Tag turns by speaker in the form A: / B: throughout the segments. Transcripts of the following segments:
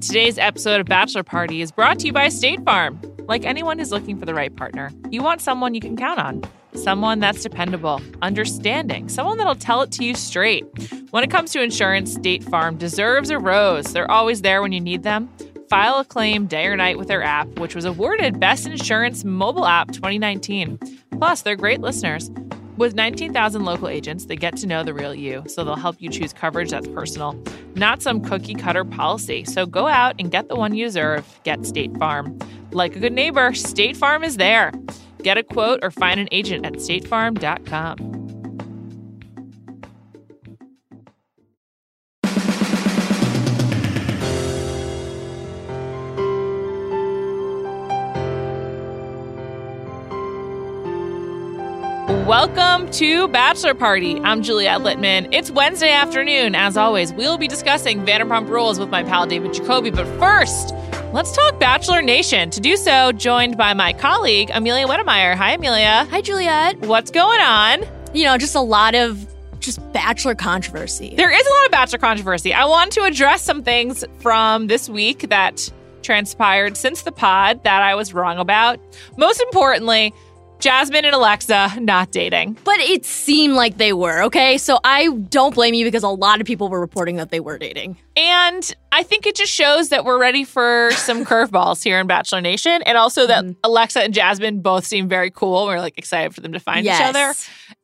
A: Today's episode of Bachelor Party is brought to you by State Farm. Like anyone who's looking for the right partner, you want someone you can count on. Someone that's dependable, understanding, someone that'll tell it to you straight. When it comes to insurance, State Farm deserves a rose. They're always there when you need them. File a claim day or night with their app, which was awarded Best Insurance Mobile App 2019. Plus, they're great listeners. With 19,000 local agents, they get to know the real you, so they'll help you choose coverage that's personal, not some cookie cutter policy. So go out and get the one you deserve. Get State Farm. Like a good neighbor, State Farm is there. Get a quote or find an agent at statefarm.com. Welcome to Bachelor Party. I'm Juliette Littman. It's Wednesday afternoon. As always, we'll be discussing Vanderpump Rules with my pal David Jacoby. But first, let's talk Bachelor Nation. To do so, joined by my colleague, Amelia Wedemeyer. Hi, Amelia.
B: Hi, Juliet.
A: What's going on?
B: You know, just a lot of just bachelor controversy.
A: There is a lot of Bachelor controversy. I want to address some things from this week that transpired since the pod that I was wrong about. Most importantly, Jasmine and Alexa not dating.
B: But it seemed like they were, okay? So I don't blame you because a lot of people were reporting that they were dating.
A: And I think it just shows that we're ready for some curveballs here in Bachelor Nation. And also that
B: Mhm.
A: Alexa and Jasmine both seem very cool. We're like excited for them to find each
B: Yes.
A: other.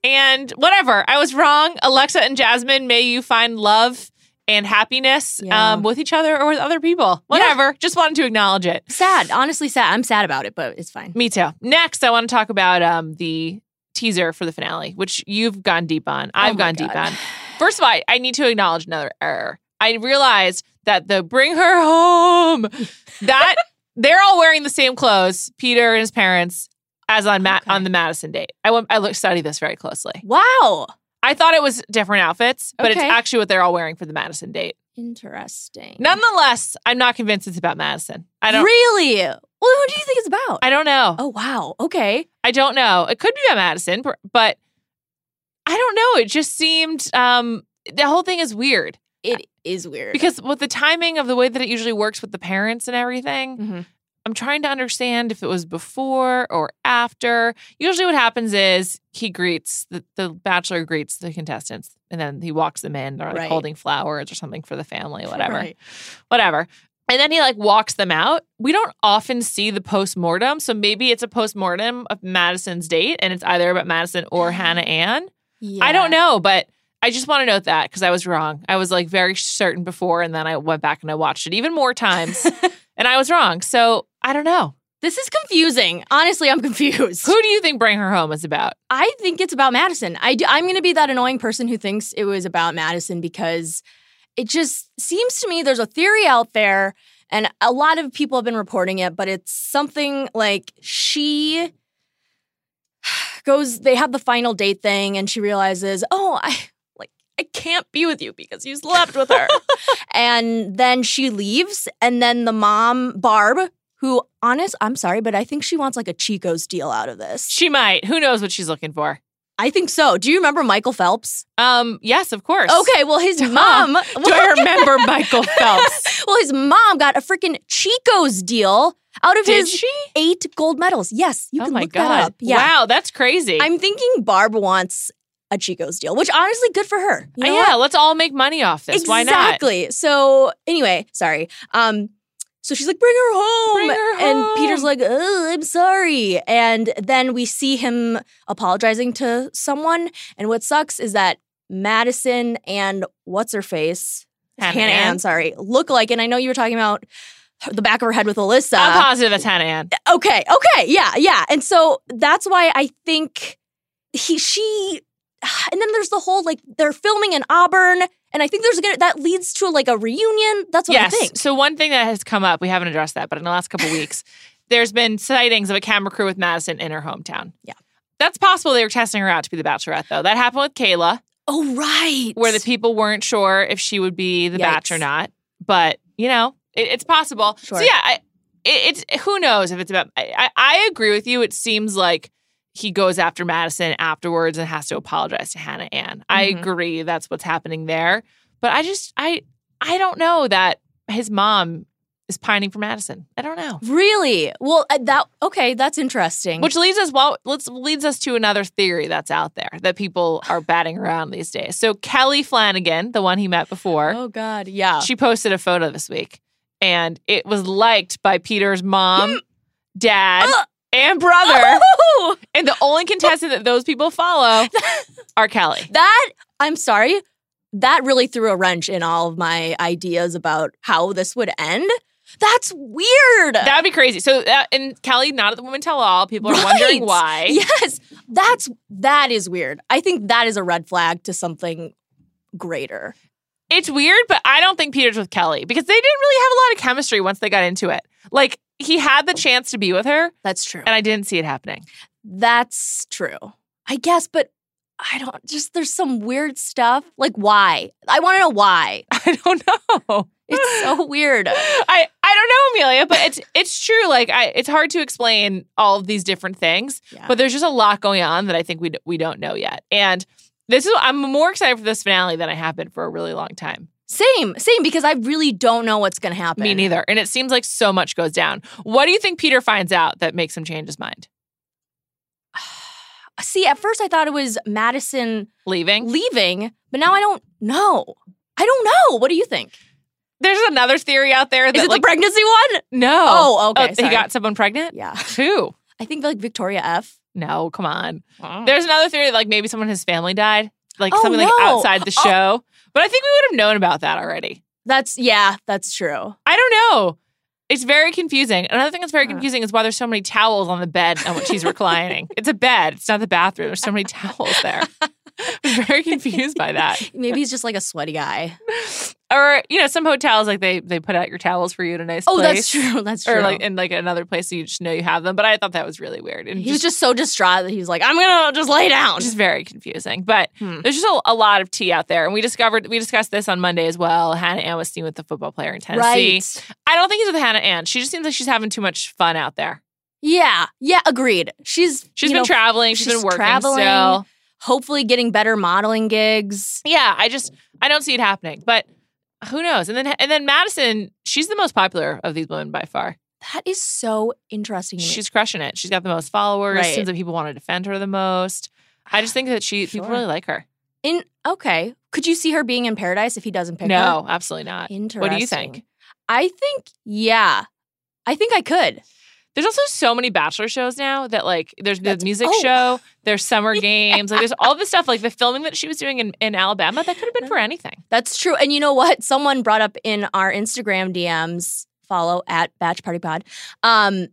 A: And whatever, I was wrong. Alexa and Jasmine, may you find love and happiness
B: Yeah.
A: um, with each other or with other people. Whatever. Just wanted to acknowledge it.
B: Sad, honestly sad. I'm sad about it, but it's fine.
A: Me too. Next, I want to talk about um, the teaser for the finale, which you've gone deep on. I've
B: Oh my
A: gone deep
B: God.
A: on. First of all, I, I need to acknowledge another error. I realized that the bring her home, that they're all wearing the same clothes, Peter and his parents, as on Matt
B: Okay.
A: on the Madison date. I went, I looked studied this very closely.
B: Wow.
A: I thought it was different outfits, but it's
B: Okay.
A: actually what they're all wearing for the Madison date.
B: Interesting.
A: Nonetheless, I'm not convinced it's about Madison. I don't.
B: Really? Well, who do you think it's about?
A: I don't know.
B: oh, wow. Okay.
A: I don't know. It could be about Madison, per- but I don't know. It just seemed um the whole thing is weird
B: It is weird.
A: because with the timing of the way that it usually works with the parents and everything,
B: Mhm.
A: I'm trying to understand if it was before or after. Usually, what happens is he greets the, the bachelor greets the contestants, and then he walks them in. They're like
B: Right.
A: holding flowers or something for the family, whatever,
B: Right.
A: whatever. And then he like walks them out. We don't often see the postmortem, so maybe it's a postmortem of Madison's date, and it's either about Madison or Hannah Ann. I don't
B: Yeah.
A: know, but I just want to note that because I was wrong. I was like very certain before, and then I went back and I watched it even more times, and I was wrong. So I don't know.
B: this is confusing. Honestly, I'm confused.
A: Who do you think Bring Her Home is about?
B: I think it's about Madison. I do, I'm going to be that annoying person who thinks it was about Madison because it just seems to me there's a theory out there, and a lot of people have been reporting it, but it's something like she goes. They have the final date thing, and she realizes, oh, I like I can't be with you because you slept with her, and then she leaves, and then the mom Barb. Who, honest, I'm sorry, but I think she wants like a Chico's deal out of this.
A: She might. Who knows what she's looking for?
B: I think so. Do you remember Michael Phelps?
A: Um. Yes, of course.
B: Okay, well his mom.
A: Do I remember Michael Phelps?
B: well, his mom got a freaking Chico's deal out of
A: Did
B: his
A: she?
B: eight gold medals. Yes, you
A: oh
B: can
A: my
B: look
A: god!
B: that up. Yeah,
A: Wow, that's crazy.
B: I'm thinking Barb wants a Chico's deal, which honestly, good for her. You know
A: yeah,
B: what?
A: let's all make money off this. Why not?
B: Exactly. So anyway, sorry. Um. So she's like, bring her home.
A: Bring her home.
B: And Peter's like, "Ugh, I'm sorry. And then we see him apologizing to someone. And what sucks is that Madison and what's her face?
A: Hannah
B: Hannah
A: Ann.
B: Ann, sorry, look like. And I know you were talking about her- the back of her head with Alyssa.
A: I'm positive it's Hannah Ann.
B: okay, okay, yeah, yeah. And so that's why I think he, she, and then there's the whole like they're filming in Auburn, and I think there's gonna that leads to like a reunion. That's what
A: yes.
B: I think.
A: So one thing that has come up, we haven't addressed that, but in the last couple weeks, there's been sightings of a camera crew with Madison in her hometown.
B: Yeah.
A: That's possible they were testing her out to be the bachelorette, though. That happened with Kayla,
B: Oh right,
A: where the people weren't sure if she would be the
B: Yikes.
A: batch or not. But, you know, it, it's possible. So
B: Sure.
A: yeah, I, it, it's who knows if it's about I, I I agree with you. It seems like he goes after Madison afterwards and has to apologize to Hannah Ann. I
B: Mhm.
A: agree that's what's happening there. But I just I I don't know that his mom is pining for Madison. I don't know.
B: Really? Well, uh, that okay. That's interesting.
A: Which leads us well, let's leads us to another theory that's out there that people are batting around these days. So Kelly Flanagan, the one he met before,
B: oh God, yeah.
A: she posted a photo this week, and it was liked by Peter's mom, dad,
B: Ah!
A: and brother.
B: Oh!
A: and the only contestant that those people follow are Kelly.
B: That I'm sorry. That really threw a wrench in all of my ideas about how this would end. That's weird.
A: That would be crazy. So, that, and Kelly, not at the Women Tell All. People are wondering
B: Right.
A: why.
B: yes, that's that is weird. I think that is a red flag to something greater.
A: It's weird, but I don't think Peter's with Kelly because they didn't really have a lot of chemistry once they got into it. Like he had the chance to be with her,
B: That's true.
A: and I didn't see it happening.
B: That's true. I guess, but I don't just there's some weird stuff. Like why? I want to know why.
A: I don't know.
B: It's so weird.
A: I I don't know, Amelia, but it's it's true. Like I, it's hard to explain all of these different things,
B: Yeah.
A: but there's just a lot going on that I think we d- we don't know yet. And this is I'm more excited for this finale than I have been for a really long time.
B: Same, same because I really don't know what's going to happen.
A: Me neither. And it seems like so much goes down. What do you think Peter finds out that makes him change his mind?
B: See, at first I thought it was Madison
A: Leaving?
B: leaving, but now I don't know. I don't know. What do you think?
A: There's another theory out there that
B: Is it
A: like
B: the pregnancy one?
A: no.
B: Oh, okay.
A: Oh,
B: sorry.
A: he got someone pregnant?
B: yeah.
A: Who?
B: I think like Victoria F.
A: No, come on.
B: There-
A: There's another theory that like maybe someone in his family died, like
B: Hmm. Oh,
A: something like
B: no.
A: outside the
B: Oh.
A: show. But I think we would have known about that already.
B: That's yeah, that's true.
A: I don't know. It's very confusing. Another thing that's very
B: Huh.
A: confusing is why there's so many towels on the bed on which she's reclining. It's a bed. It's not the bathroom. There's so many towels there. I was very confused by that.
B: Maybe he's just like a sweaty guy.
A: Or you know, some hotels like they they put out your towels for you at a nice
B: Oh,
A: place.
B: that's true. That's true.
A: Or like in like another place so you just know you have them. But I thought that was really weird. And
B: he was just so distraught that he was like, I'm gonna just lay down.
A: just very confusing. But
B: Hmm.
A: there's just a, a lot of tea out there. And we discovered we discussed this on Monday as well. Hannah Ann was seen with the football player in Tennessee.
B: Right.
A: I don't think he's with Hannah Ann. She just seems like she's having too much fun out there.
B: Yeah. Yeah, agreed. She's
A: She's
B: you
A: been
B: know,
A: traveling. she's been
B: she's
A: working
B: traveling.
A: still.
B: hopefully getting better modeling gigs.
A: Yeah, I just I don't see it happening. But who knows? And then and then Madison, she's the most popular of these women by far.
B: That is so interesting to me.
A: She's crushing it. She's got the most followers.
B: Right.
A: Seems that people want to defend her the most. I just think that she people
B: Sure.
A: really like her.
B: in okay. Could you see her being in paradise if he doesn't pick her?
A: no, absolutely not.
B: Interesting.
A: What do you think?
B: I think, yeah. I think I could.
A: There's also so many bachelor shows now that like there's the
B: That's-
A: music
B: oh.
A: show, there's summer games, like there's all this stuff like the filming that she was doing in, in Alabama that could have been for anything.
B: That's true. And you know what? Someone brought up in our Instagram DMs, follow at Batch Party Pod, um,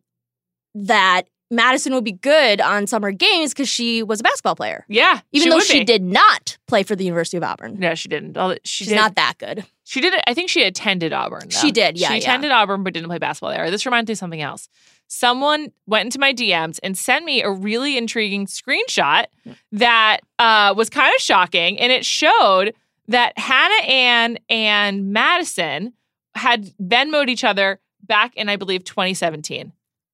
B: that Madison would be good on summer games because she was a basketball player,
A: Yeah,
B: even though
A: would
B: she
A: be.
B: did not play for the University of Auburn.
A: No, she didn't. All that- She
B: She's
A: did.
B: not that good.
A: She did. I think she attended Auburn. Though.
B: She did, yeah,
A: she
B: yeah.
A: attended Auburn, but didn't play basketball there. This reminds me of something else. Someone went into my DMs and sent me a really intriguing screenshot
B: Hmm.
A: that uh, was kind of shocking, and it showed that Hannah Ann and Madison had Venmoed each other back in, I believe, 2017.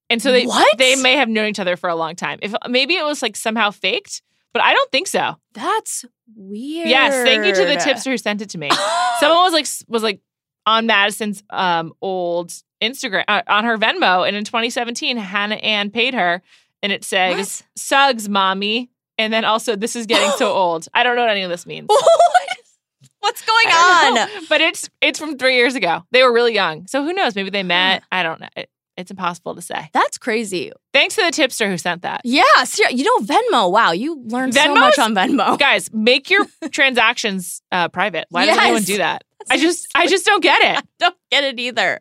A: And so they
B: What?
A: they may have known each other for a long time. If maybe it was like somehow faked, but I don't think so.
B: That's weird.
A: Yes, thank you to the tipster who sent it to me. Someone was like was like on Madison's um old Instagram uh, on her Venmo, and in 2017, Hannah Ann paid her, and it said
B: What?
A: "Suggs, mommy," and then also "This is getting so old." I don't know what any of this means.
B: Oh What's going
A: I
B: on?
A: don't know. but it's it's from three years ago. They were really young, so who knows? Maybe they met. I don't know. It, it's impossible to say.
B: That's crazy.
A: Thanks to the tipster who sent that.
B: Yeah, ser- you know Venmo. Wow, you learned so
A: Venmo's-
B: much on Venmo.
A: Guys, make your transactions uh, private. Why does
B: Yes.
A: anyone do that? I just I just don't get it.
B: don't get it either.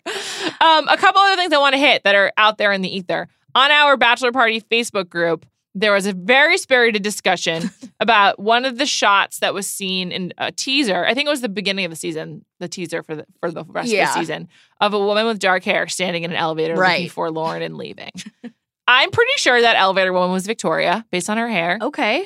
A: Um, a couple other things I want to hit that are out there in the ether. On our Bachelor Party Facebook group, there was a very spirited discussion about one of the shots that was seen in a teaser. I think it was the beginning of the season, the teaser for the for the rest of
B: Yeah.
A: the season of a woman with dark hair standing in an elevator looking
B: Right.
A: forlorn and leaving. I'm pretty sure that elevator woman was Victoria based on her hair
B: Okay.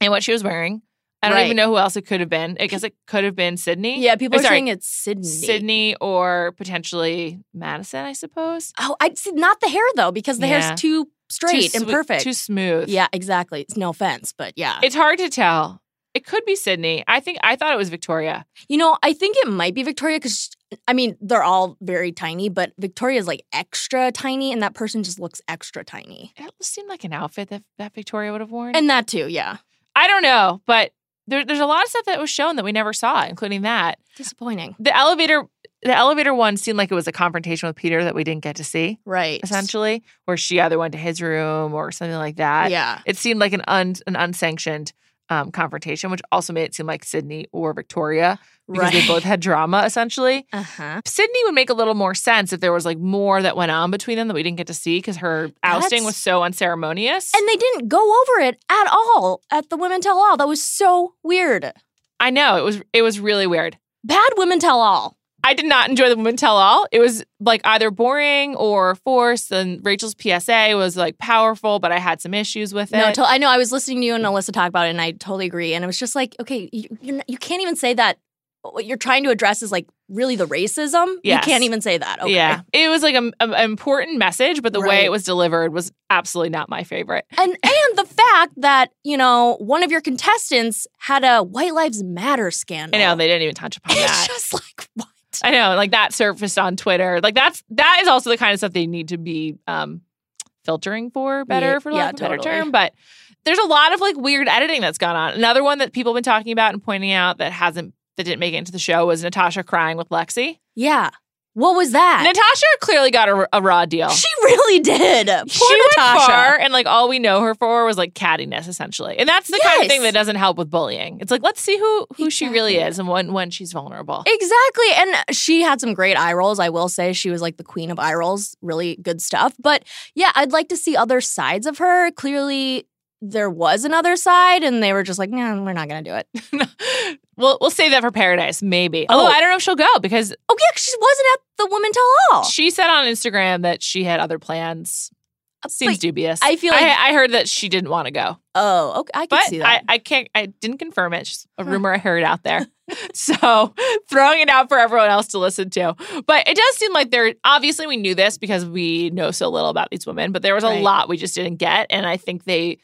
A: and what she was wearing. I don't
B: Oh. Right.
A: even know who else it could have been. I guess it could have been Sydney.
B: Yeah, people
A: Oh,
B: are
A: sorry.
B: saying it's Sydney.
A: Sydney or potentially Madison, I suppose.
B: Oh, I see. Not the hair though, because the
A: Yeah.
B: hair's too straight
A: too
B: and
A: swe-
B: perfect.
A: too smooth.
B: yeah, exactly. It's no offense, but yeah.
A: it's hard to tell. It could be Sydney. I think I thought it was Victoria.
B: you know, I think it might be Victoria because I mean, they're all very tiny, but Victoria's like extra tiny, and that person just looks extra tiny.
A: It seemed like an outfit that, that Victoria would have worn.
B: And that too, yeah.
A: I don't know, but there, there's a lot of stuff that was shown that we never saw, including that.
B: Disappointing.
A: The elevator the elevator one seemed like it was a confrontation with Peter that we didn't get to see,
B: Right.
A: essentially, where she either went to his room or something like that.
B: Yeah.
A: It seemed like an un, an unsanctioned um, confrontation, which also made it seem like Sydney or Victoria because
B: Right.
A: they both had drama essentially.
B: Uh huh.
A: Sydney would make a little more sense if there was like more that went on between them that we didn't get to see because her ousting
B: That's-
A: was so unceremonious.
B: And they didn't go over it at all at the Women Tell All. That was so weird.
A: I know it was it was really weird.
B: Bad Women Tell All.
A: I did not enjoy the women tell all. It was like either boring or forced. And Rachel's PSA was like powerful, but I had some issues with it.
B: No, to- I know. I was listening to you and Alyssa talk about it, and I totally agree. And it was just like, okay, you, you're, not- you can't even say that. uh, What you're trying to address is like really the racism.
A: Yes.
B: You can't even say that. Okay.
A: Yeah, it was like a, a- an important message, but the way
B: Right.
A: it was delivered was absolutely not my favorite.
B: And and the fact that you know one of your contestants had a White Lives Matter
A: I
B: scandal.
A: know they didn't even touch upon
B: It's
A: that.
B: just like what?
A: I know, like that surfaced on Twitter. Like that's that is also the kind of stuff they need to be um filtering for better
B: Yeah,
A: for lack
B: yeah,
A: of a better
B: totally.
A: term. But there's a lot of like weird editing that's gone on. Another one that people have been talking about and pointing out that hasn't that didn't make it into the show was Natasha crying with Lexi.
B: Yeah. What was that?
A: Natasha clearly got a, a raw deal.
B: She really did. Poor
A: she went
B: Natasha.
A: far, and like all we know her for was like cattiness, essentially, and that's the kind of
B: Yes.
A: thing that doesn't help with bullying. It's like let's see who who she really
B: Exactly.
A: is and when when she's vulnerable.
B: Exactly. And she had some great eye rolls, I will say. She was like the queen of eye rolls, really good stuff. But yeah, I'd like to see other sides of her. Clearly, there was another side, and they were just like, nah, we're not going to do it.
A: we'll we'll save that for paradise, maybe. Oh,
B: Oh.
A: I don't know if she'll go because
B: Oh, yeah, 'cause she wasn't at the Women Tell All.
A: she said on Instagram that she had other plans. Seems
B: But
A: dubious.
B: I feel Uh, like-
A: I, I heard that she didn't want to go,
B: Oh, okay. I can
A: but
B: see
A: I,
B: that.
A: I can't. I didn't confirm it. It's just a rumor I heard out there. so throwing it out for everyone else to listen to. But it does seem like there. Obviously, we knew this because we know so little about these women. But there was a
B: Right.
A: lot we just didn't get, and I think they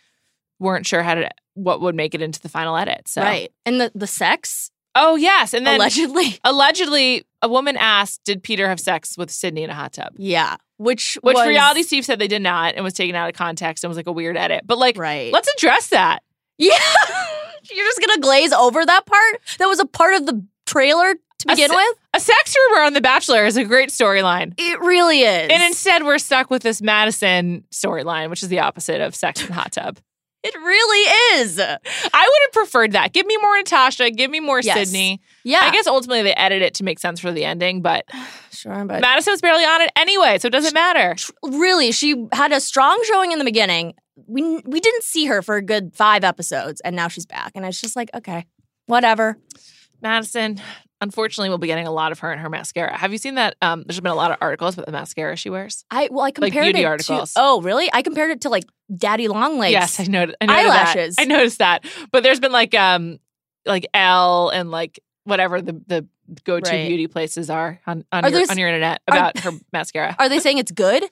A: weren't sure how to what would make it into the final edit. So
B: Right. And the, the sex,
A: Oh yes, and then
B: allegedly.
A: allegedly a woman asked did peter have sex with sydney in a hot tub
B: Yeah. Which,
A: which
B: was,
A: reality steve said they did not and was taken out of context and was like a weird edit but like
B: Right.
A: let's address that
B: yeah. You're just going to glaze over that part? That was a part of the trailer to
A: A
B: begin
A: se-
B: with?
A: a sex rumor on the bachelor is a great storyline
B: It really is.
A: and instead we're stuck with this madison storyline which is the opposite of sex in the hot tub
B: It really is.
A: i would have preferred that give me more natasha give me more
B: Yes.
A: sydney
B: Yeah.
A: i guess ultimately they edit it to make sense for the ending but
B: sure, but
A: madison was barely on it anyway so it doesn't matter
B: tr- really, she had a strong showing in the beginning. We we didn't see her for a good five episodes, and now she's back, and it's just like, okay, whatever.
A: Madison, unfortunately, we'll be getting a lot of her and her mascara. Have you seen that? Um, there's been a lot of articles about the mascara she wears.
B: I well, I compared
A: beauty
B: it
A: articles.
B: to. Oh, really? I compared it to like Daddy Long Legs.
A: yes, I noticed. I noted
B: Eyelashes.
A: That. I noticed that. But there's been like um, like L and like whatever the the go to
B: Right.
A: beauty places are on on,
B: Are
A: your,
B: those-
A: on your internet
B: are-
A: about her mascara.
B: Are they saying it's good?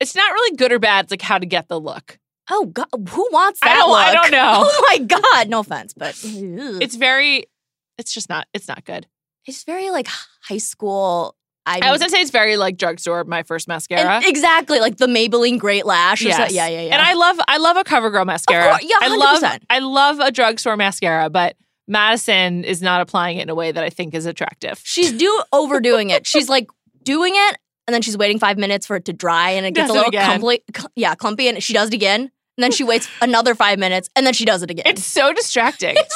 A: It's not really good or bad. It's like how to get the look.
B: Oh God, who wants that?
A: I don't. I
B: look?
A: don't know.
B: Oh my God, no offense, but ugh.
A: it's very. It's just not. It's not good.
B: it's very like high school.
A: I was gonna say it's very like drugstore. My first mascara.
B: and exactly like the Maybelline Great Lash. or
A: Yes.
B: something. Yeah, yeah, yeah.
A: And I love I love a CoverGirl mascara.
B: course, yeah,
A: I love
B: 100%.
A: I love a drugstore mascara, but Madison is not applying it in a way that I think is attractive.
B: She's do overdoing it. She's like doing it, and then she's waiting five minutes for it to dry, and it gets
A: Does it
B: a little
A: again.
B: clumpy. cl- Yeah, clumpy, and she does it again, and then she waits another five minutes, and then she does it again.
A: It's so distracting.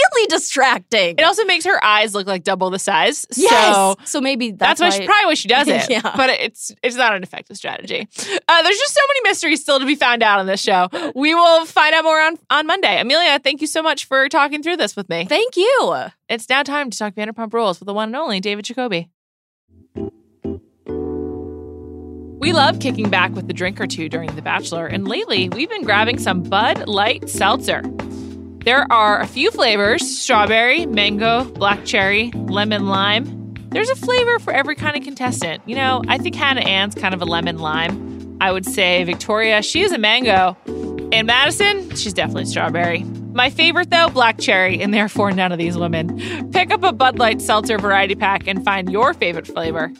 B: It's really distracting.
A: it also makes her eyes look like double the size.
B: yes.
A: So
B: So, maybe
A: that's,
B: that's,
A: why she, probably why she does it.
B: Yeah.
A: But it's it's not an effective strategy. Uh, there's just so many mysteries still to be found out on this show. We will find out more on, on Monday. Amelia, thank you so much for talking through this with me.
B: Thank you.
A: It's now time to talk Vanderpump Rules with the one and only David Jacoby. We love kicking back with a drink or two during The Bachelor, and lately we've been grabbing some Bud Light Seltzer. There are a few flavors strawberry, mango, black cherry, lemon lime. There's a flavor for every kind of contestant. You know, I think Hannah Ann's kind of a lemon lime. I would say Victoria, she is a mango. And Madison, she's definitely strawberry. My favorite, though, black cherry, and therefore none of these women. Pick up a Bud Light Seltzer variety pack and find your favorite flavor.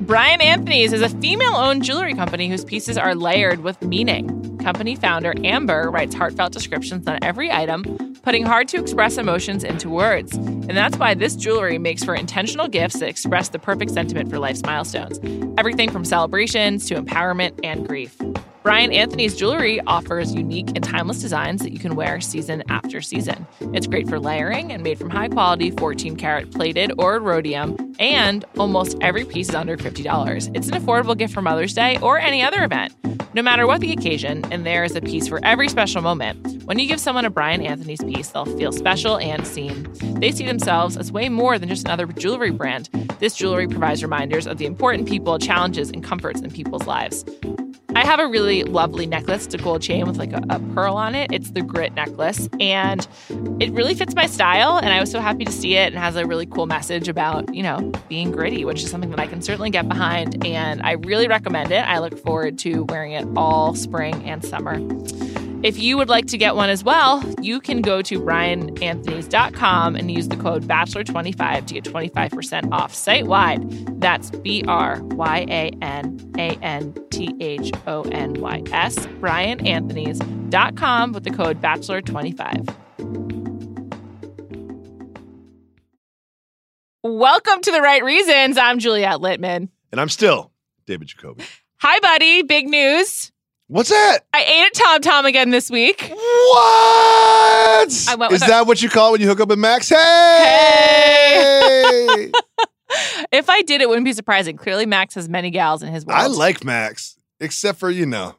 A: Brian Anthony's is a female owned jewelry company whose pieces are layered with meaning. Company founder Amber writes heartfelt descriptions on every item, putting hard to express emotions into words. And that's why this jewelry makes for intentional gifts that express the perfect sentiment for life's milestones everything from celebrations to empowerment and grief. Brian Anthony's jewelry offers unique and timeless designs that you can wear season after season. It's great for layering and made from high quality 14 karat plated or rhodium, and almost every piece is under $50. It's an affordable gift for Mother's Day or any other event, no matter what the occasion, and there is a piece for every special moment. When you give someone a Brian Anthony's piece, they'll feel special and seen. They see themselves as way more than just another jewelry brand. This jewelry provides reminders of the important people, challenges, and comforts in people's lives. I have a really lovely necklace, it's a gold chain with like a, a pearl on it. It's the grit necklace, and it really fits my style. And I was so happy to see it, and has a really cool message about you know being gritty, which is something that I can certainly get behind. And I really recommend it. I look forward to wearing it all spring and summer. If you would like to get one as well, you can go to briananthonys.com and use the code BACHELOR25 to get 25% off site wide. That's B R Y A N A N T H O N Y S, briananthonys.com with the code BACHELOR25. Welcome to The Right Reasons. I'm Juliette Littman.
C: And I'm still David Jacoby.
A: Hi, buddy. Big news.
C: What's that?
A: I ate at Tom Tom again this week.
C: What? Is
A: I went with a-
C: that what you call when you hook up with Max? Hey!
A: If I did, it wouldn't be surprising. Clearly, Max has many gals in his world.
C: I like Max, except for, you know,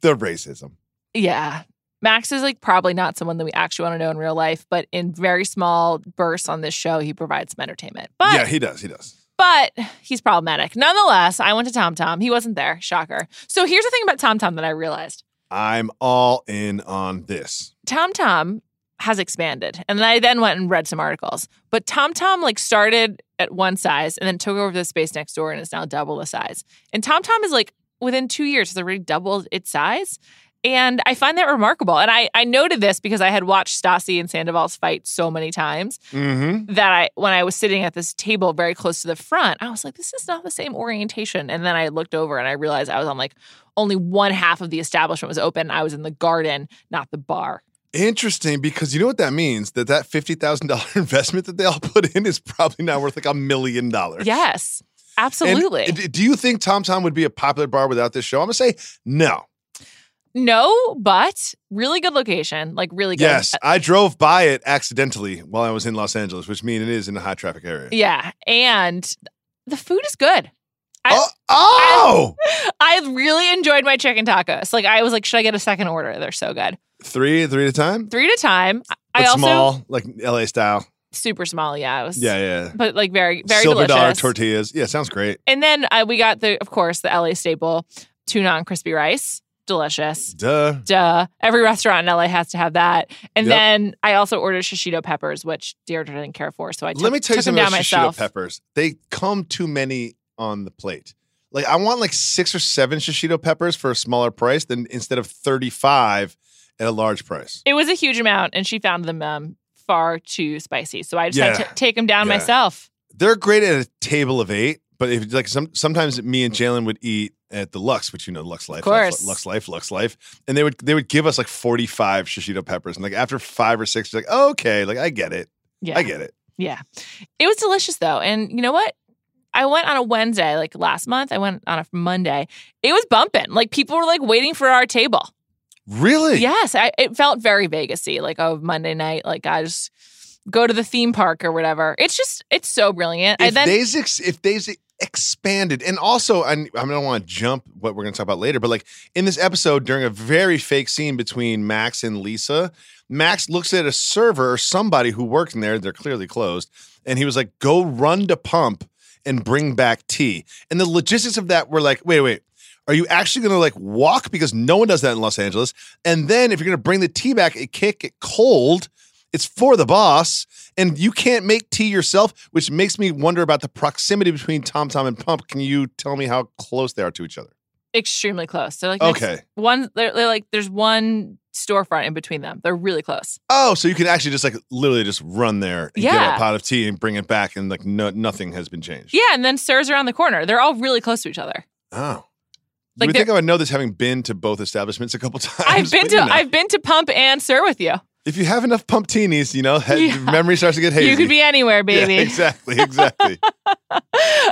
C: the racism.
A: Yeah. Max is like probably not someone that we actually want to know in real life, but in very small bursts on this show, he provides some entertainment. But
C: yeah, he does. He does.
A: but he's problematic. Nonetheless, I went to Tom Tom. He wasn't there. Shocker. So here's the thing about Tom Tom that I realized.
C: I'm all in on this.
A: Tom Tom has expanded. And I then went and read some articles. But Tom Tom like started at one size and then took over the space next door and it's now double the size. And Tom Tom is like within two years has already doubled its size. And I find that remarkable. And I, I noted this because I had watched Stassi and Sandoval's fight so many times
C: Mm-hmm.
A: that I when I was sitting at this table very close to the front, I was like, this is not the same orientation. And then I looked over and I realized I was on like only one half of the establishment was open. I was in the garden, not the bar.
C: Interesting, because you know what that means? That that $50,000 investment that they all put in is probably now worth like a million dollars.
A: Yes,
C: And
A: absolutely.
C: d- do you think Tom Tom would be a popular bar without this show? I'm going to say no.
A: no, but really good location, like really good. Uh,
C: Yes, I drove by it accidentally while I was in Los Angeles, which means it is in a high traffic area.
A: Yeah, and the food is good. I-
C: oh, oh!
A: I really enjoyed my chicken tacos. Like I was like, should I get a second order? They're so good.
C: three, three at a time.
A: Three at a time. I- I
C: But
A: also
C: small, like LA style.
A: super small. Yeah, it was.
C: Yeah, yeah.
A: But like very very
C: Silver dollar
A: delicious.
C: tortillas. Yeah, sounds great.
A: and then uh, we got the of course the LA staple tuna and crispy rice. Delicious.
C: Duh.
A: duh. uh, Every restaurant in LA has to have that. And
C: Yep.
A: then I also ordered shishito peppers, which Deirdre didn't care for, so I took,
C: Let me tell you
A: took them
C: something
A: down
C: about
A: myself.
C: shishito peppers. They come too many on the plate. Like I want like six or seven shishito peppers for a smaller price than instead of thirty-five at a large price.
A: It was a huge amount, and she found them um, far too spicy, so I just had
C: Yeah.
A: to take them down
C: Yeah.
A: myself.
C: They're great at a table of eight, but if like some sometimes me and Jalen would eat at the Lux, which you know Lux Life, Lux,
A: course.
C: Lux Life, Lux Life, and they would they would give us like forty-five shishito peppers, and like after five or six, you're like okay, like I get it,
A: Yeah,
C: I get it.
A: yeah. It was delicious though, and you know what? I went on a Wednesday, like last month. I went on a Monday. It was bumping. Like people were like waiting for our table.
C: Really?
A: Yes, I, it felt very Vegasy, like oh Monday night, like I just go to the theme park or whatever. It's just it's so brilliant. I
C: if
A: then
C: they's ex- if they's expanded and also I, I mean, I don't want to jump what we're going to talk about later but like in this episode during a very fake scene between Max and Lisa Max looks at a server or somebody who worked in there they're clearly closed and he was like go run to pump and bring back tea and the logistics of that were like wait wait are you actually going to like walk because no one does that in Los Angeles and then if you're going to bring the tea back it can't get cold it's for the boss, and you can't make tea yourself, which makes me wonder about the proximity between Tom Tom and Pump. Can you tell me how close they are to each other?
A: extremely close. So like next-
C: Okay.
A: one they're, they're like there's one storefront in between them. They're really close.
C: Oh, so you can actually just like literally just run there and get
A: Yeah.
C: a pot of tea and bring it back, and like no, nothing has been changed.
A: Yeah, and then Sir's around the corner. They're all really close to each other.
C: Oh.
A: Like
C: you would think I would know this having been to both establishments a couple times.
A: I've been
C: but, you
A: to
C: know.
A: I've been to Pump and Sir with you.
C: if you have enough pumptinis, you know, he-
A: Yeah.
C: memory starts to get hazy.
A: You could be anywhere,
C: Yeah,
A: baby.
C: exactly, exactly.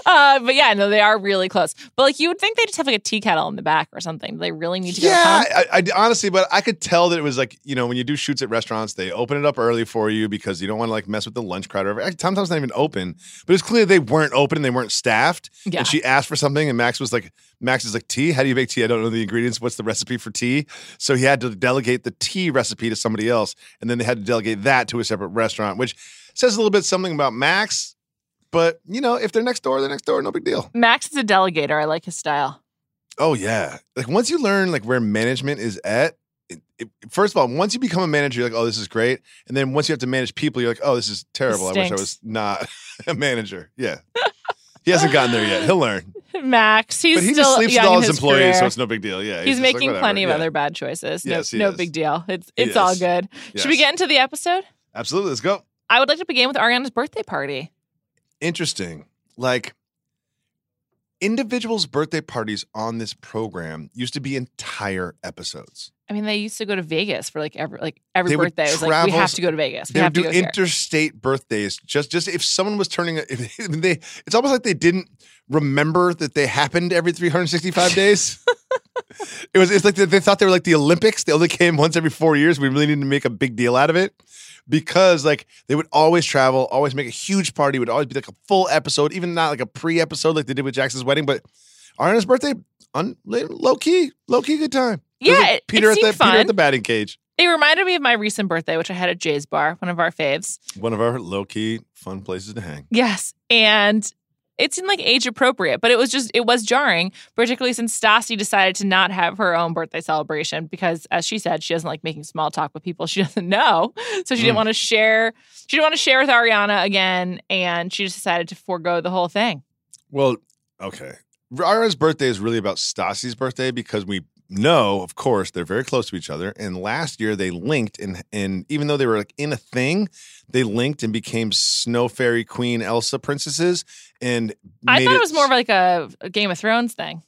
A: uh, but yeah, no, they are really close. But like, you would think they just have like a tea kettle in the back or something. Do They really need to go.
C: yeah,
A: Pump?
C: I, I honestly, but I could tell that it was like you know when you do shoots at restaurants, they open it up early for you because you don't want to like mess with the lunch crowd or whatever. Sometimes not even open, but it's clear they weren't open and they weren't staffed.
A: yeah.
C: And she asked for something, and Max was like, Max is like, tea? How do you make tea? I don't know the ingredients. What's the recipe for tea? So he had to delegate the tea recipe to somebody else. And then they had to delegate that to a separate restaurant, which says a little bit something about Max. But, you know, if they're next door, they're next door. No big deal.
A: Max is a delegator. I like his style.
C: Oh, yeah. Like once you learn like where management is at, it, it, first of all, once you become a manager, you're like, oh, this is great. And then once you have to manage people, you're like, oh, this is terrible. I wish I
A: stinks.
C: was not a manager. Yeah. he hasn't gotten there yet. He'll learn.
A: Max, he's
C: but he
A: still
C: just sleeps with
A: young in
C: all his, employees,
A: career.
C: so it's no big deal. Yeah,
A: He's,
C: just like,
A: making
C: whatever.
A: plenty of
C: Yeah,
A: other bad choices. No,
C: Yes, he
A: no
C: is.
A: big deal. It's
C: He
A: it's all
C: is.
A: good. Should we
C: yes.
A: get into the episode?
C: Absolutely, let's go.
A: I would like to begin with Ariana's birthday party.
C: Interesting. Like individuals' birthday parties on this program used to be entire episodes.
A: I mean, they used to go to Vegas for like every like every
C: They would
A: birthday. It was like we
C: travel-
A: have to go to Vegas. We
C: They
A: have
C: would
A: to
C: do
A: go here.
C: interstate birthdays. Just, just if someone was turning, a- if they, it's almost like they didn't remember that they happened every 365 days. it was, it's like they, they thought they were like the Olympics. They only came once every four years. We really needed to make a big deal out of it because like they would always travel, always make a huge party. Would always be like a full episode, even not like a pre-episode like they did with Jackson's wedding, but Ariana's birthday. Un- low key, low key, good time. It was
A: yeah,
C: like
A: it,
C: Peter
A: it
C: at
A: seemed
C: the
A: fun.
C: Peter at the batting cage.
A: It reminded me of my recent birthday, which I had at Jay's Bar, one of our faves.
C: One of our low key fun places to hang.
A: Yes. And it seemed like age appropriate, but it was just, it was jarring, particularly since Stassi decided to not have her own birthday celebration because, as she said, she doesn't like making small talk with people she doesn't know. So she
C: Mm.
A: didn't want to share, she didn't want to share with Ariana again. And she just decided to forego the whole thing.
C: Well, okay. Ariana's birthday is really about Stassi's birthday because we know, of course, they're very close to each other. And last year they linked, and and even though they were like in a thing, they linked and became Snow Fairy Queen Elsa princesses. And
A: I
C: made
A: thought it was more of like a, a Game of Thrones thing.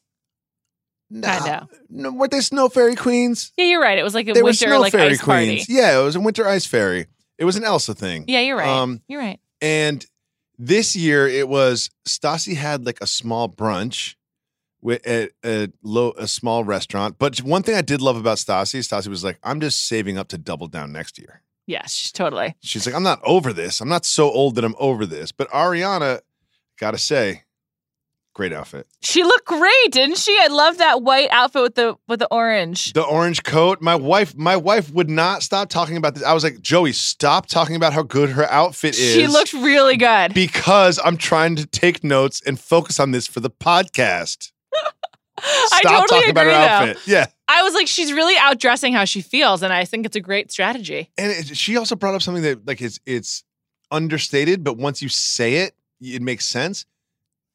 C: Nah.
A: kinda.
C: No, weren't they Snow Fairy Queens?
A: Yeah, you're right. It was like a
C: they
A: winter,
C: were Snow
A: like
C: Fairy
A: ice
C: Queens.
A: party.
C: Yeah, it was a winter ice fairy. It was an Elsa thing.
A: Yeah, you're right.
C: Um,
A: you're right.
C: And this year it was Stassi had like a small brunch with at a low a small restaurant. But one thing I did love about Stassi, Stassi was like, I'm just saving up to double down next year.
A: Yes, totally.
C: She's like, I'm not over this. I'm not so old that I'm over this. But Ariana, gotta say, great outfit.
A: She looked great, didn't she? I love that white outfit with the with the orange.
C: The orange coat. My wife, my wife would not stop talking about this. I was like, Joey, stop talking about how good her outfit is.
A: She looked really good.
C: because I'm trying to take notes and focus on this for the podcast.
A: I
C: Stop
A: totally agree.
C: talking about her
A: though.
C: outfit. Yeah.
A: I was like, she's really outdressing how she feels, and I think it's a great strategy.
C: And it, she also brought up something that like it's it's understated, but once you say it, it makes sense.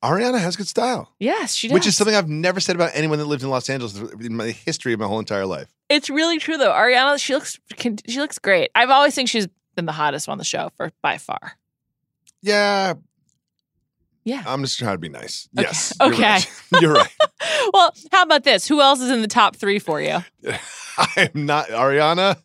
C: Ariana has good style,
A: Yes, she does.
C: which is something I've never said about anyone that lived in Los Angeles in my history of my whole entire life.
A: it's really true though. Ariana, she looks can, she looks great. I've always think she's been the hottest on the show for by far.
C: Yeah,
A: Yeah.
C: I'm just trying to be nice.
A: Okay.
C: Yes.
A: Okay.
C: You're right.
A: well, how about this? Who else is in the top three for you?
C: You're right. I am not Ariana,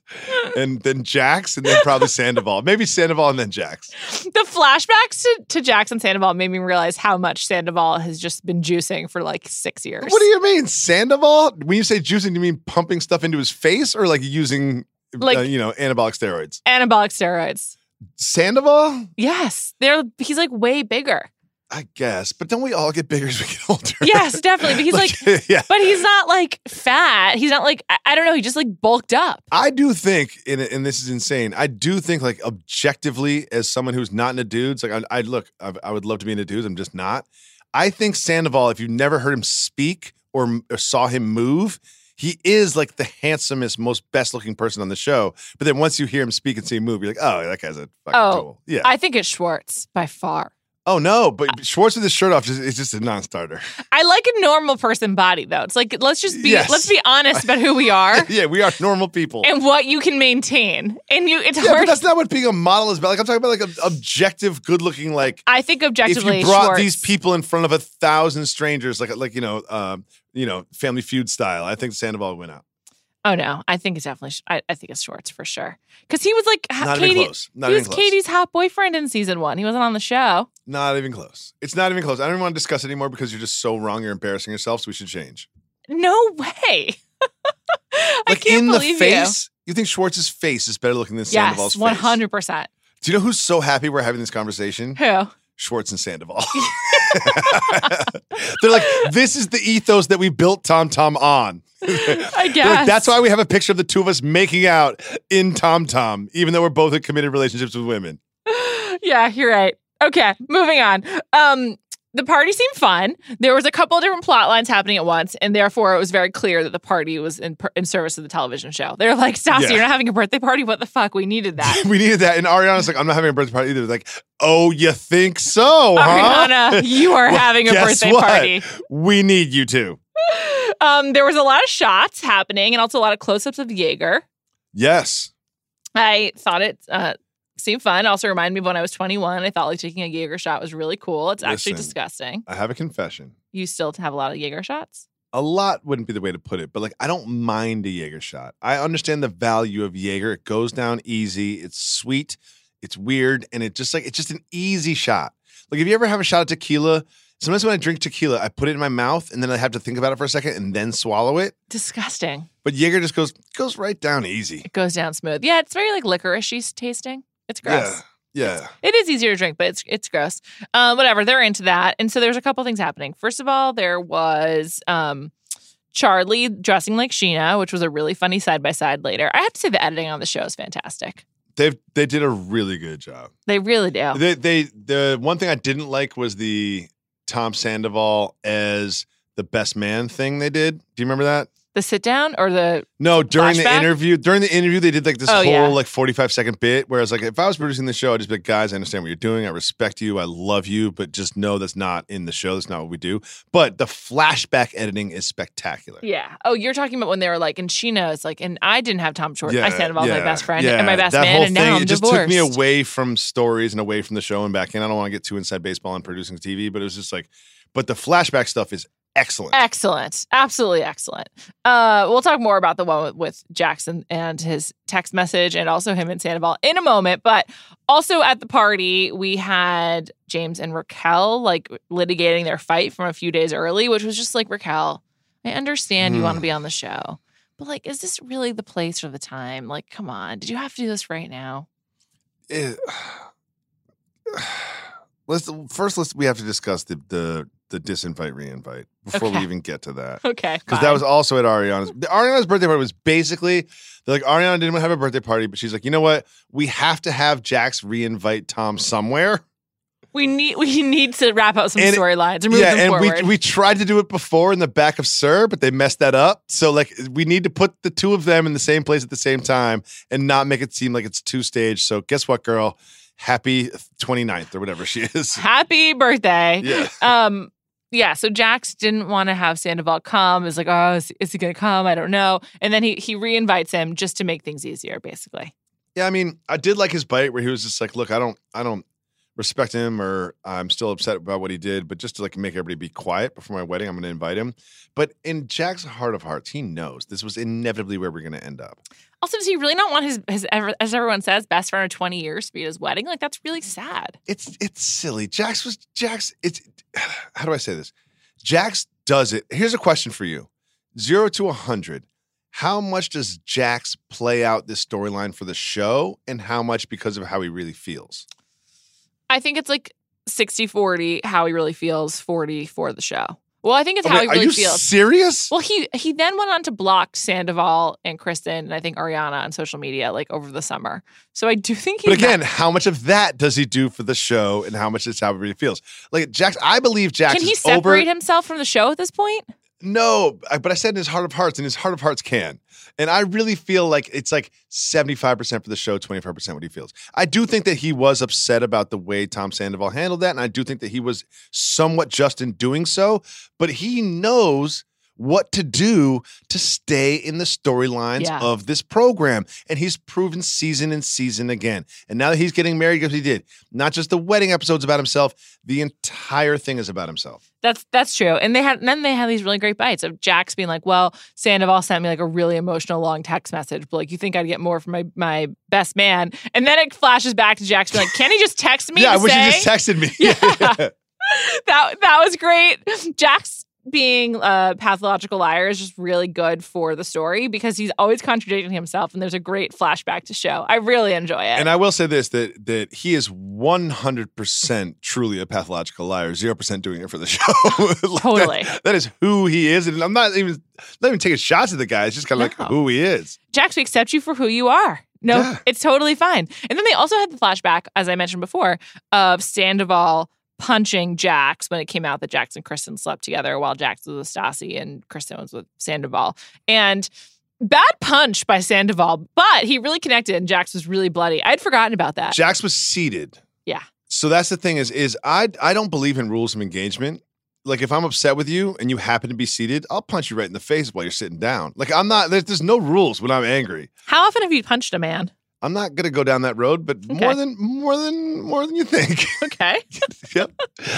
C: and then Jax, and then probably Sandoval. Maybe Sandoval and then Jax.
A: The flashbacks to, to Jackson Sandoval made me realize how much Sandoval has just been juicing for like six years.
C: What do you mean, Sandoval? When you say juicing, do you mean pumping stuff into his face or like using,
A: Like-
C: uh, you know, anabolic steroids?
A: Anabolic steroids.
C: Sandoval,
A: Yes, they're he's like way bigger.
C: I guess, but don't we all get bigger as we get older?
A: Yes, definitely. But he's like,
C: yeah.
A: but he's not like fat. He's not like I, I don't know. He just like bulked up.
C: I do think, and, and this is insane. I do think, like objectively, as someone who's not in a dudes, like I, I look, i I would love to be in a dudes. I'm just not. I think Sandoval, if you've never heard him speak or, or saw him move, he is like the handsomest, most best looking person on the show. But then once you hear him speak and see him move, you're like, oh, that guy's a fucking
A: Oh,
C: tool. Yeah,
A: I think it's Schwartz by far.
C: Oh no, but Schwartz with his shirt off is just a non-starter.
A: I like a normal person body though. It's like let's just be
C: Yes.
A: let's be honest about who we are
C: yeah, we are normal people.
A: and what you can maintain. And you it's
C: yeah, but
A: hard.
C: that's not what being a model is about. Like I'm talking about like ob- objective, good-looking. Like
A: I think
C: if
A: objectively
C: you brought
A: Schwartz-
C: these people in front of a thousand strangers, like like you know, um, you know, Family Feud style, I think Sandoval went out.
A: Oh no, I think it's definitely. Sh- I, I think it's Schwartz for sure because he was like ha-
C: Not
A: Katie.
C: even close. Not
A: he
C: even
A: was
C: close.
A: Katie's hot boyfriend in season one. He wasn't on the show.
C: Not even close. It's not even close. I don't even want to discuss it anymore because you're just so wrong. You're embarrassing yourself. So we should change.
A: No way. I
C: Like
A: can't
C: in the
A: believe
C: face, you. think Schwartz's face is better looking than
A: you. Yes,
C: Sandoval's
A: one
C: face?
A: hundred percent.
C: Do you know who's so happy we're having this conversation?
A: Who?
C: Schwartz and Sandoval. They're like, this is the ethos that we built Tom Tom on.
A: I
C: They're like,
A: guess
C: That's why we have a picture of the two of us making out in Tom Tom, even though we're both in committed relationships with women.
A: yeah, you're right. Okay, moving on. Um, the party seemed fun. There was a couple of different plot lines happening at once, and therefore it was very clear that the party was in per- in service of the television show. They're like, Stassi,
C: Yeah.
A: you're not having a birthday party. What the fuck? We needed that.
C: we needed that. And Ariana's like, I'm not having a birthday party either. Like, oh, you think so, huh?
A: Ariana, you are
C: Well,
A: having a
C: guess
A: birthday
C: what?
A: party.
C: We need you too.
A: Um, there was a lot of shots happening and also a lot of close-ups of Jaeger.
C: Yes.
A: I thought it uh, seemed fun. Also reminded me of when I was 21. I thought like taking a Jaeger shot was really cool. It's actually
C: Listen.
A: disgusting.
C: I have a confession.
A: You still have a lot of Jaeger shots.
C: A lot wouldn't be the way to put it, but like, I don't mind a Jaeger shot. I understand the value of Jaeger. It goes down easy, it's sweet, it's weird, and it just like, it's just an easy shot. Like, if you ever have a shot of tequila, sometimes when I drink tequila, I put it in my mouth and then I have to think about it for a second and then swallow it.
A: Disgusting.
C: But Jaeger just goes, goes right down easy.
A: It goes down smooth. Yeah, it's very like licoricey tasting. It's gross.
C: Yeah. Yeah.
A: It is easier to drink, but it's it's gross. Um, whatever, they're into that. And so there's a couple things happening. First of all, there was um, Charlie dressing like Sheena, which was a really funny side by side later. I have to say the editing on the show is fantastic.
C: They've they did a really good job.
A: They really do.
C: They they the one thing I didn't like was the Tom Sandoval as the best man thing they did. Do you remember that?
A: The sit down or the
C: No, during the
A: Flashback?
C: interview, during the interview, they did like this
A: Oh,
C: whole
A: yeah.
C: like 45 second bit. Whereas, like, if I was producing the show, I'd just be like, guys, I understand what you're doing. I respect you. I love you, but just know that's not in the show. That's not what we do. But the flashback editing is spectacular.
A: yeah. Oh, you're talking about when they were like, and Sheena is like, and I didn't have Tom Short. I stand about my
C: yeah,
A: best friend
C: yeah.
A: and my best
C: that
A: man,
C: whole
A: and
C: thing,
A: now I'm
C: it just
A: divorced.
C: took me away from stories and away from the show and back in. I don't want to get too inside baseball and producing TV, but it was just like, but the flashback stuff is excellent.
A: Excellent. Absolutely excellent. Uh, we'll talk more about the one with, with Jackson and his text message and also him and Sandoval in a moment. But also at the party, we had James and Raquel like litigating their fight from a few days early, which was just like, Raquel, I understand you
C: Hmm.
A: want to be on the show, but like, is this really the place or the time? Like, come on. Did you have to do this right now?
C: It- let's first let's we have to discuss the the the disinvite reinvite before
A: Okay.
C: we even get to that.
A: Okay.
C: Because that
A: fine.
C: was also at Ariana's. The Ariana's birthday party was basically they're like Ariana didn't want to have a birthday party, but she's like, you know what? We have to have Jax reinvite Tom somewhere.
A: we need we need to wrap up some
C: And-
A: storylines and move them
C: and
A: forward.
C: we we tried to do it before in the back of Sir, but they messed that up. So like we need to put the two of them in the same place at the same time and not make it seem like it's two stage. So guess what, girl? Happy 29th or whatever she is.
A: Happy birthday.
C: Yeah.
A: um yeah so jax didn't want to have sandoval come is like oh is, is he gonna come i don't know and then he he reinvites him just to make things easier basically
C: Yeah, I mean, I did like his bite where he was just like, look, I don't I don't respect him or I'm still upset about what he did, but just to like make everybody be quiet before my wedding, I'm gonna invite him. But in Jack's heart of hearts, he knows this was inevitably where we're gonna end up.
A: also does he really not want his, his ever- as everyone says best friend of 20 years to be at his wedding like that's really sad
C: it's it's silly. Jax was Jax. It's how do I say this? Jax does it. Here's a question for you: zero to a hundred. How much does Jax play out this storyline for the show, and how much because of how he really feels?
A: i think it's like 60 40 how he really feels 40 for the show well i think it's
C: I
A: how
C: mean,
A: he really
C: are you
A: feels
C: serious?
A: Well, he he then went on to block Sandoval and Kristen and I think Ariana on social media like over the summer. So I do think he
C: But again, how much of that does he do for the show, and how much is how he really feels? Like Jax, I believe Jax
A: can he
C: is over.
A: separate himself from the show at this point?
C: No, I- but I said in his heart of hearts, and his heart of hearts can. And I really feel like it's like 75% for the show, 25% what he feels. I do think that he was upset about the way Tom Sandoval handled that. And I do think that he was somewhat just in doing so, but he knows what to do to stay in the storylines
A: Yeah.
C: of this program. And he's proven season and season again. And now that he's getting married, because he did, not just the wedding episode's about himself, the entire thing is about himself.
A: That's that's true. And they had and then they had these really great bites of Jax being like, "Well, Sandoval sent me like a really emotional long text message, but like you think I'd get more from my my best man?" And then it flashes back to Jax being like, "Can he just text me?"
C: yeah, I
A: to
C: wish
A: say?
C: you just texted me.
A: Yeah. that that was great. Jax being a pathological liar is just really good for the story because he's always contradicting himself, and there's a great flashback to show. I really enjoy it.
C: And I will say this that that he is 100% truly a pathological liar, 0% doing it for the show. Like, that-
A: Totally.
C: that is who he is and I'm not even not even taking shots at the guy. It's just kind of
A: No.
C: like who he is.
A: Jax, we accept you for who you are. No,
C: Yeah.
A: it's totally fine. And then they also had the flashback, as I mentioned before, of Sandoval punching Jax when it came out that Jax and Kristen slept together while Jax was with Stassi and Kristen was with Sandoval. And bad punch by Sandoval, but he really connected and Jax was really bloody. I'd forgotten about that.
C: Jax was seated.
A: Uh, Yeah.
C: So that's the thing is is I I don't believe in rules of engagement. Like if I'm upset with you and you happen to be seated, I'll punch you right in the face while you're sitting down. Like I'm not there's, there's no rules when I'm angry.
A: How often have you punched a man?
C: I'm not gonna go down that road, but more
A: Okay.
C: than more than more than you think.
A: Okay.
C: yep.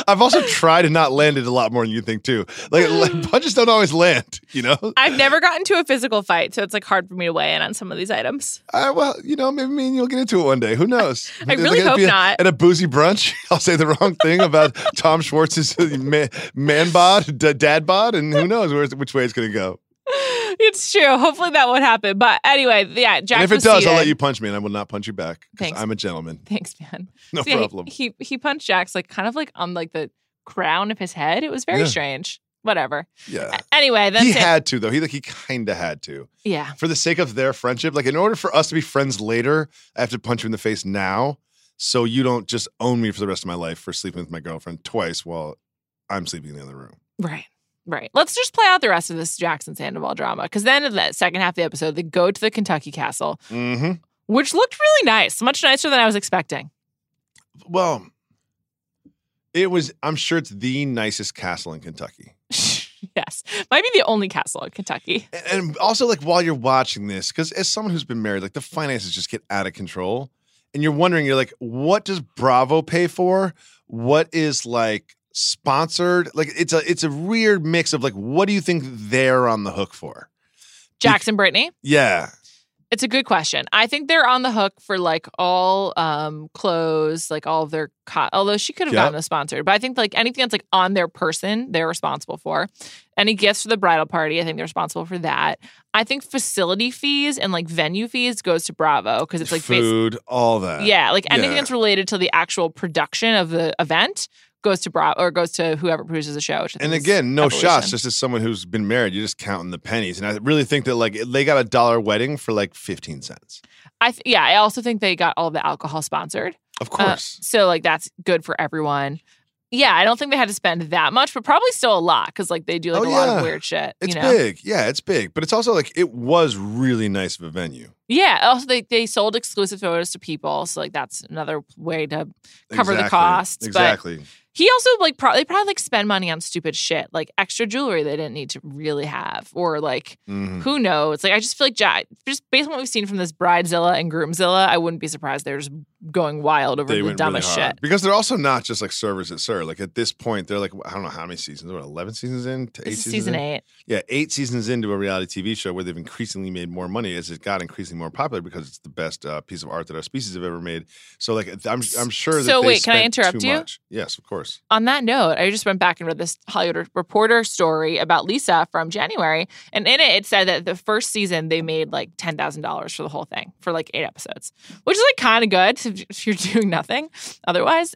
C: I've also tried and not landed a lot more than you think too. Like, like punches don't always land, you know.
A: I've never gotten to a physical fight, so it's like hard for me to weigh in on some of these items.
C: I, Uh, well, you know, maybe me and you'll get into it one day. Who knows?
A: I really
C: It'll
A: hope
C: be a-
A: not.
C: At a boozy brunch, I'll say the wrong thing about Tom Schwartz's man, man bod, d- dad bod, and who knows where, which way it's going to go.
A: It's true. Hopefully that won't happen. But anyway, yeah, Jax
C: and if it
A: was
C: does,
A: seated.
C: I'll let you punch me, and I will not punch you back because
A: Thanks.
C: I'm a gentleman.
A: Thanks, man.
C: No
A: So, yeah, he-
C: problem.
A: He, he punched Jax like kind of like on like the crown of his head. It was very
C: Yeah.
A: strange. Whatever.
C: yeah.
A: Anyway, then
C: He
A: Sam-
C: had to though. He like he kind of had to.
A: yeah.
C: for the sake of their friendship, like in order for us to be friends later, I have to punch you in the face now. So you don't just own me for the rest of my life for sleeping with my girlfriend twice while I'm sleeping in the other room.
A: Right. Right. Let's just play out the rest of this Jackson Sandoval drama because then in the second half of the episode, they go to the Kentucky Castle,
C: Mm-hmm.
A: which looked really nice, much nicer than I was expecting.
C: Well, it was, I'm sure it's the nicest castle in Kentucky.
A: yes, might be the only castle in Kentucky.
C: And- And also, like, while you're watching this, because as someone who's been married, like, the finances just get out of control. And you're wondering, you're like, what does Bravo pay for? What is like sponsored? Like, it's a it's a weird mix of like, what do you think they're on the hook for?
A: Jackson Brittany.
C: Yeah,
A: It's a good question. I think they're on the hook for like all um clothes, like all of their co- although she could have
C: Yep.
A: gotten this sponsored, but I think like anything that's like on their person, they're responsible for. Any gifts for the bridal party, I think they're responsible for that. I think facility fees and like venue fees goes to Bravo because it's like basi-
C: food, all that.
A: yeah, like anything
C: Yeah.
A: that's related to the actual production of the event goes to Bravo or goes to whoever produces the show. Which I think
C: And
A: is
C: again, no
A: Evolution.
C: shots. Just as someone who's been married, you're just counting the pennies. And I really think that like they got a dollar wedding for like fifteen cents.
A: I th- yeah, I also think they got all the alcohol sponsored.
C: Of
A: Uh,
C: course.
A: so like that's good for everyone. Yeah, I don't think they had to spend that much, but probably still a lot because like they do like
C: Oh,
A: a lot
C: yeah.
A: of weird shit.
C: it's
A: you know?
C: big. Yeah, it's big. But it's also like it was really nice of a venue.
A: Yeah. Also, they they sold exclusive photos to people, so like that's another way to cover the
C: Exactly.
A: costs, but-
C: Exactly.
A: He also like probably probably like spend money on stupid shit, like extra jewelry they didn't need to really have, or like
C: Mhm.
A: who knows? Like I just feel like ja- just based on what we've seen from this bridezilla and groomzilla, I wouldn't be surprised they're just going wild over
C: They
A: the
C: went
A: dumbest
C: really hard.
A: shit.
C: because they're also not just like servers at Sir. Like at this point, they're like I don't know how many seasons. What eleven seasons in? To eight
A: This is
C: seasons
A: season
C: in?
A: eight.
C: Yeah, eight seasons into a reality TV show where they've increasingly made more money as it got increasingly more popular because it's the best uh, piece of art that our species have ever made. So like I'm I'm sure. That
A: So
C: they
A: wait, can I
C: spent
A: interrupt
C: too
A: you?
C: Much. Yes, of course.
A: on that note, I just went back and read this Hollywood Reporter story about Lisa from January, and in it, it said that the first season they made like ten thousand dollars for the whole thing for like eight episodes, which is like kind of good if you're doing nothing otherwise.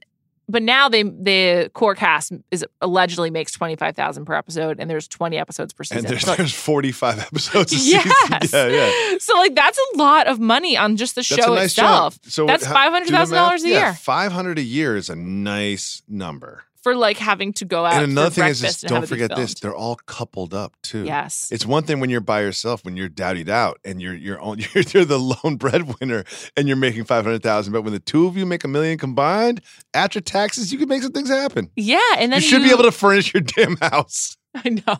A: But now they the core cast is allegedly makes twenty five thousand per episode, and there's twenty episodes per season.
C: And there's
A: So-
C: there's 45 episodes. A
A: yes,
C: season. Yeah, yeah.
A: So like that's a lot of money on just the
C: That's
A: show
C: a nice
A: itself.
C: job. So
A: That's
C: how-
A: $500,000
C: do the math.
A: a
C: Yeah,
A: year.
C: 500 a year is a nice number.
A: for like having to go out.
C: And another
A: for
C: thing is,
A: breakfast
C: is
A: and have
C: don't
A: it be
C: forget this:
A: filmed.
C: they're all coupled up too.
A: Yes.
C: It's one thing when you're by yourself, when you're doubted out, and you're you're on, you're, you're the lone breadwinner, and you're making five hundred thousand. But when the two of you make a million combined after taxes, you can make some things happen.
A: yeah, and
C: You
A: then
C: should be able to furnish your damn house.
A: I know.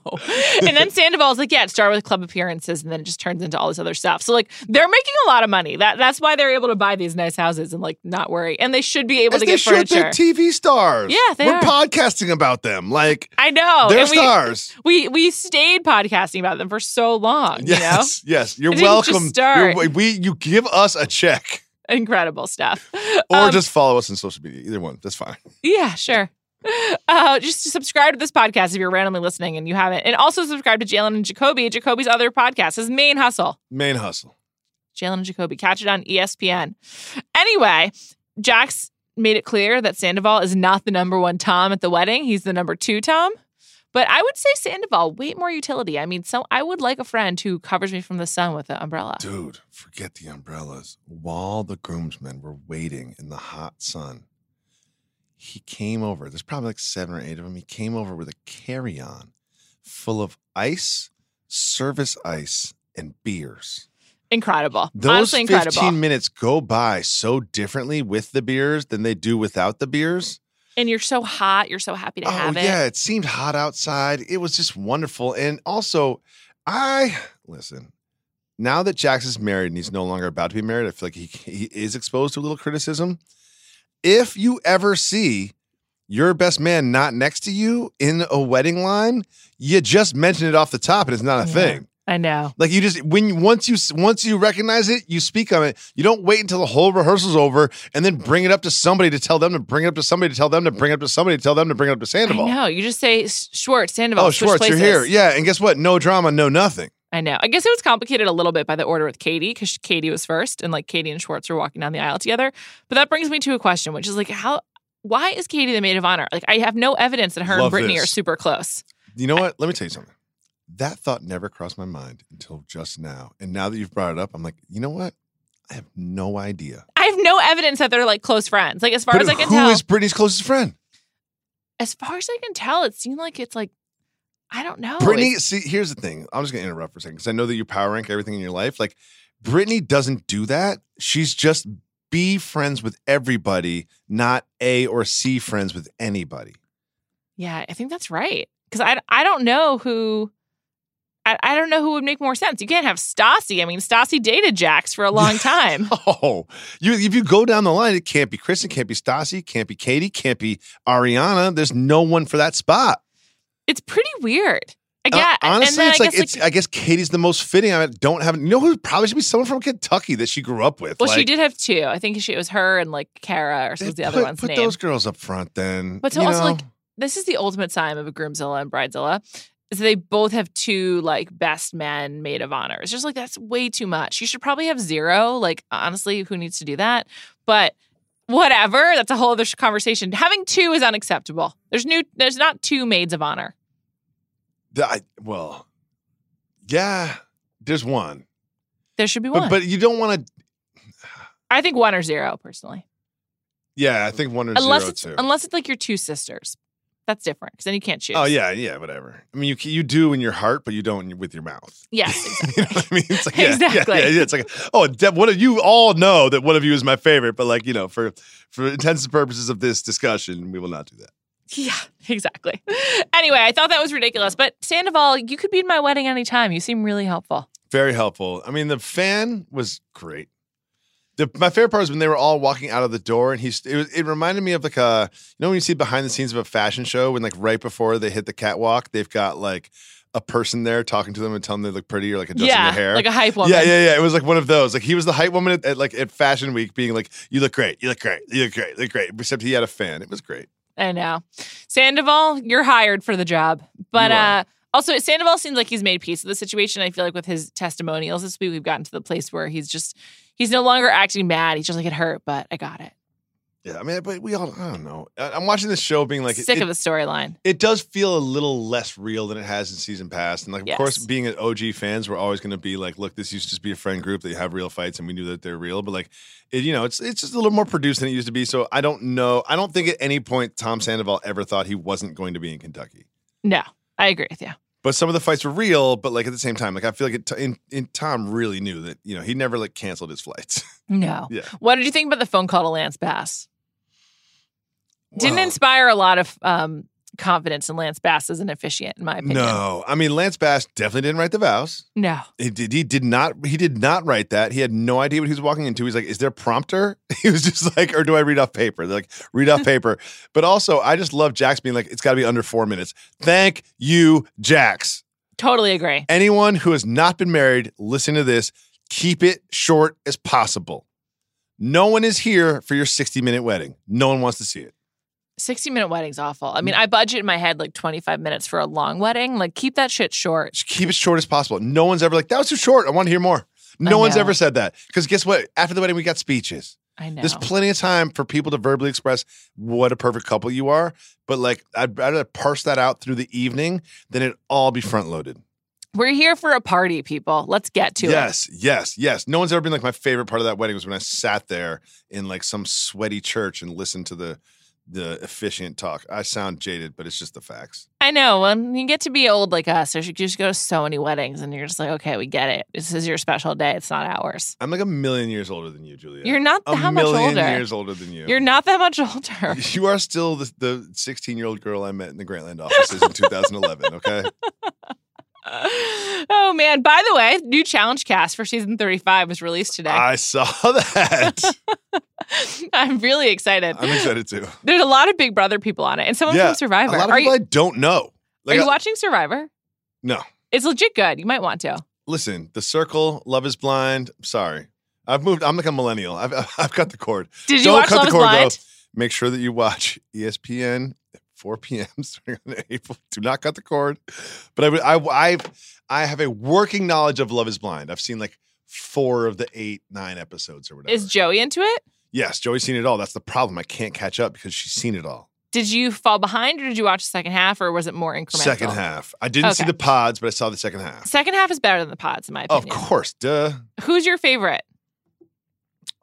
A: And then Sandoval's like, yeah, it started with club appearances and then it just turns into all this other stuff. So like they're making a lot of money. That that's why they're able to buy these nice houses and like not worry. And they should be able
C: As
A: to
C: they
A: get
C: should,
A: furniture.
C: they're TV stars.
A: Yeah, they
C: we're
A: are.
C: podcasting about them. Like
A: I know.
C: they're
A: and we,
C: stars.
A: we we stayed podcasting about them for so long,
C: Yes, yes. You're
A: It didn't just
C: welcome.
A: start.
C: You're- we you give us a check
A: you know? Incredible stuff.
C: or
A: Um,
C: just follow us on social media. Either one, that's fine.
A: Yeah, sure. Uh, just subscribe to this podcast if you're randomly listening and you haven't. And also subscribe to Jalen and Jacoby, Jacoby's other podcast, his main hustle.
C: Main hustle.
A: Jalen and Jacoby. Catch it on E ESPN. Anyway, Jax made it clear that Sandoval is not the number one Tom at the wedding. He's the number two Tom. But I would say Sandoval, way more utility. I mean, so I would like a friend who covers me from the sun with an umbrella.
C: Dude, forget the umbrellas. While the groomsmen were waiting in the hot sun, he came over. There's probably like seven or eight of them. He came over with a carry on full of ice, service ice, and beers.
A: Incredible.
C: Those
A: Honestly,
C: 15
A: incredible.
C: minutes go by so differently with the beers than they do without the beers.
A: and you're so hot. You're so happy to
C: oh,
A: have it.
C: yeah. It seemed hot outside. It was just wonderful. And also, I listen. Now that Jax is married and he's no longer about to be married, I feel like he, he is exposed to a little criticism. If you ever see your best man not next to you in a wedding line, you just mention it off the top and it's not a
A: Yeah.
C: thing.
A: I know.
C: Like you just when you, once you once you recognize it, you speak on it. You don't wait until the whole rehearsal's over and then bring it up to somebody to tell them to bring it up to somebody to tell them to bring it up to somebody to tell them to bring it up to Sandoval.
A: I know. You just say Schwartz, Sandoval.
C: Oh,
A: switch
C: Schwartz, you're
A: places."
C: here. Yeah, and guess what? No drama, no nothing.
A: I know. I guess it was complicated a little bit by the order with Katie because Katie was first, and like Katie and Schwartz were walking down the aisle together. But that brings me to a question, which is like, how? Why is Katie the maid of honor? Like, I have no evidence that her
C: Love
A: and Brittany
C: this.
A: are super close.
C: You know what? Let me tell you something. That thought never crossed my mind until just now. And now that you've brought it up, I'm like, you know what? I have no idea.
A: I have no evidence that they're like close friends. Like, as far
C: But
A: as I can
C: who
A: tell,
C: is Brittany's closest friend?
A: as far as I can tell, it seemed like it's like, I don't know.
C: Brittany,
A: It's-
C: see, here's the thing. I'm just gonna interrupt for a second because I know that you power rank everything in your life. Like, Brittany doesn't do that. She's just be friends with everybody, not A or C friends with anybody.
A: yeah, I think that's right because I I don't know who. I, I don't know who would make more sense. You can't have Stassi. I mean, Stassi dated Jax for a long time.
C: Oh, you if you go down the line, it can't be Kristen, can't be Stassi, can't be Katie, can't be Ariana. There's no one for that spot.
A: It's pretty weird. I
C: Uh,
A: guess, and
C: honestly,
A: then
C: it's
A: I
C: like
A: guess,
C: it's. uh, I guess Katie's the most fitting. I don't have. You know who probably should be someone from Kentucky that she grew up with.
A: Well, she
C: Like,
A: did have two. I think she, it was her and like Kara or
C: they
A: something. The
C: put,
A: other one's
C: put
A: name.
C: those girls up front then.
A: But so
C: you
A: also,
C: know?
A: like, This is the ultimate sign of a groomzilla and bridezilla. Is they both have two like best men maid of honor. It's just like that's way too much. You should probably have zero. Like honestly, who needs to do that? But whatever. That's a whole other sh- conversation. Having two is unacceptable. There's new. There's not two maids of honor.
C: The- I, well, yeah, there's one,
A: There should be one.
C: but but you don't want to.
A: I think one or zero personally.
C: Yeah, I think one or
A: unless
C: zero
A: it's
C: too.
A: unless it's like your two sisters. That's different because then you can't choose.
C: oh yeah, yeah, whatever. I mean, you c- you do in your heart, but you don't with your mouth.
A: Yes. Exactly.
C: you know what I mean? It's like, yeah, yeah,
A: Exactly.
C: Yeah, yeah, It's like, oh, de- one of you all know that one of you is my favorite, but like you know, for for intents and purposes of this discussion, we will not do that.
A: Yeah, exactly. Anyway, I thought that was ridiculous. But Sandoval, you could be in my wedding anytime. You seem really helpful.
C: Very helpful. I mean, the fan was great. The, my favorite part was when they were all walking out of the door, and he's. It, was- it reminded me of like a you know when you see behind the scenes of a fashion show, when like right before they hit the catwalk, they've got like a person there talking to them and telling them they look pretty or like adjusting
A: yeah,
C: their hair.
A: like a hype woman.
C: Yeah, yeah, yeah. It was like one of those. Like he was the hype woman at, at like at Fashion Week, being like, "You look great, you look great, you look great, you look great." Except he had a fan. It was great.
A: I know. Sandoval, you're hired for the job. But
C: You are.
A: uh also Sandoval seems like he's made peace with the situation. I feel like with his testimonials this week, we've gotten to the place where he's just he's no longer acting mad. He's just like it hurt, but I got it.
C: Yeah, I mean, but we all, I don't know. I- I'm watching this show being like,
A: Sick
C: it,
A: of the storyline.
C: it does feel a little less real than it has in season past. And like, of course,
A: Yes.
C: being an OG fans, we're always going to be like, look, this used to just be a friend group. They have real fights, and we knew that they're real. But like, it, you know, it's it's just a little more produced than it used to be. So I don't know. I don't think at any point Tom Sandoval ever thought he wasn't going to be in Kentucky.
A: No, I agree with you.
C: But some of the fights were real. But like at the same time, like I feel like it, in, in Tom really knew that you know he never like canceled his flights.
A: No.
C: Yeah.
A: What did you think about the phone call to Lance Bass? Didn't
C: Well,
A: inspire a lot of um, confidence in Lance Bass as an officiant, in my opinion.
C: No, I mean Lance Bass definitely didn't write the vows.
A: No.
C: He did. He did not. He did not write that. He had no idea what he was walking into. He's like, "Is there a prompter?" He was just like, "Or do I read off paper?" They're like, "Read off paper." But also, I just love Jax being like, "It's got to be under four minutes." Thank you, Jax.
A: Totally agree.
C: Anyone who has not been married, listen to this. Keep it short as possible. No one is here for your sixty-minute wedding. No one wants to see it.
A: 60 minute wedding's awful. I
C: Mm.
A: mean, I budget in my head like 25 minutes for a long wedding. Like, keep that shit short.
C: Just keep it short as possible. No one's ever like, "That was too short. I want to hear more." No
A: I
C: one's
A: know.
C: ever said that because guess what? After the wedding, we got speeches.
A: I know.
C: There's plenty of time for people to verbally express what a perfect couple you are, but like I'd rather parse that out through the evening than it all be front loaded.
A: We're here for a party, people. Let's get to it.
C: Yes, yes, yes. No one's ever been like my favorite part of that wedding was when I sat there in like some sweaty church and listened to the the efficient talk. I sound jaded, but it's just the facts.
A: I know. When you get to be old like us, there's you just go to so many weddings and you're just like, okay, we get it. This is your special day. It's not ours.
C: I'm like a million years older than you, Julia.
A: You're not
C: a
A: that much
C: million
A: older.
C: years older than you.
A: You're not that much older.
C: you are still the- the 16 year old girl I met in the Grantland offices in 2011. Okay.
A: oh man! By the way, new challenge cast for season thirty-five was released today.
C: I saw that.
A: I'm really excited.
C: I'm excited too.
A: There's a lot of Big Brother people on it, and someone
C: Yeah,
A: from Survivor.
C: A lot of
A: are
C: people
A: you
C: I don't know. Like,
A: are you
C: I-
A: watching Survivor?
C: No.
A: It's legit good. You might want to.
C: listen, The Circle, Love Is Blind. Sorry, I've moved. I'm like a millennial. I've I've got the cord.
A: Did you
C: Don't
A: watch
C: cut
A: Love
C: the
A: Is
C: cord
A: Blind?
C: though. Make sure that you watch E ESPN at 4 p.m. starting on April. Do not cut the cord. But I would- I I've, I have a working knowledge of Love Is Blind. I've seen like four of the eight nine episodes or whatever.
A: Is Joey into it?
C: yes, Joey's seen it all. That's the problem. I can't catch up because she's seen it all.
A: Did you fall behind, or did you watch the second half, or was it more incremental?
C: Second half. I didn't see
A: Okay.
C: the pods, but I saw the second half.
A: Second half is better than the pods, in my
C: Of
A: opinion.
C: course, duh.
A: Who's your favorite?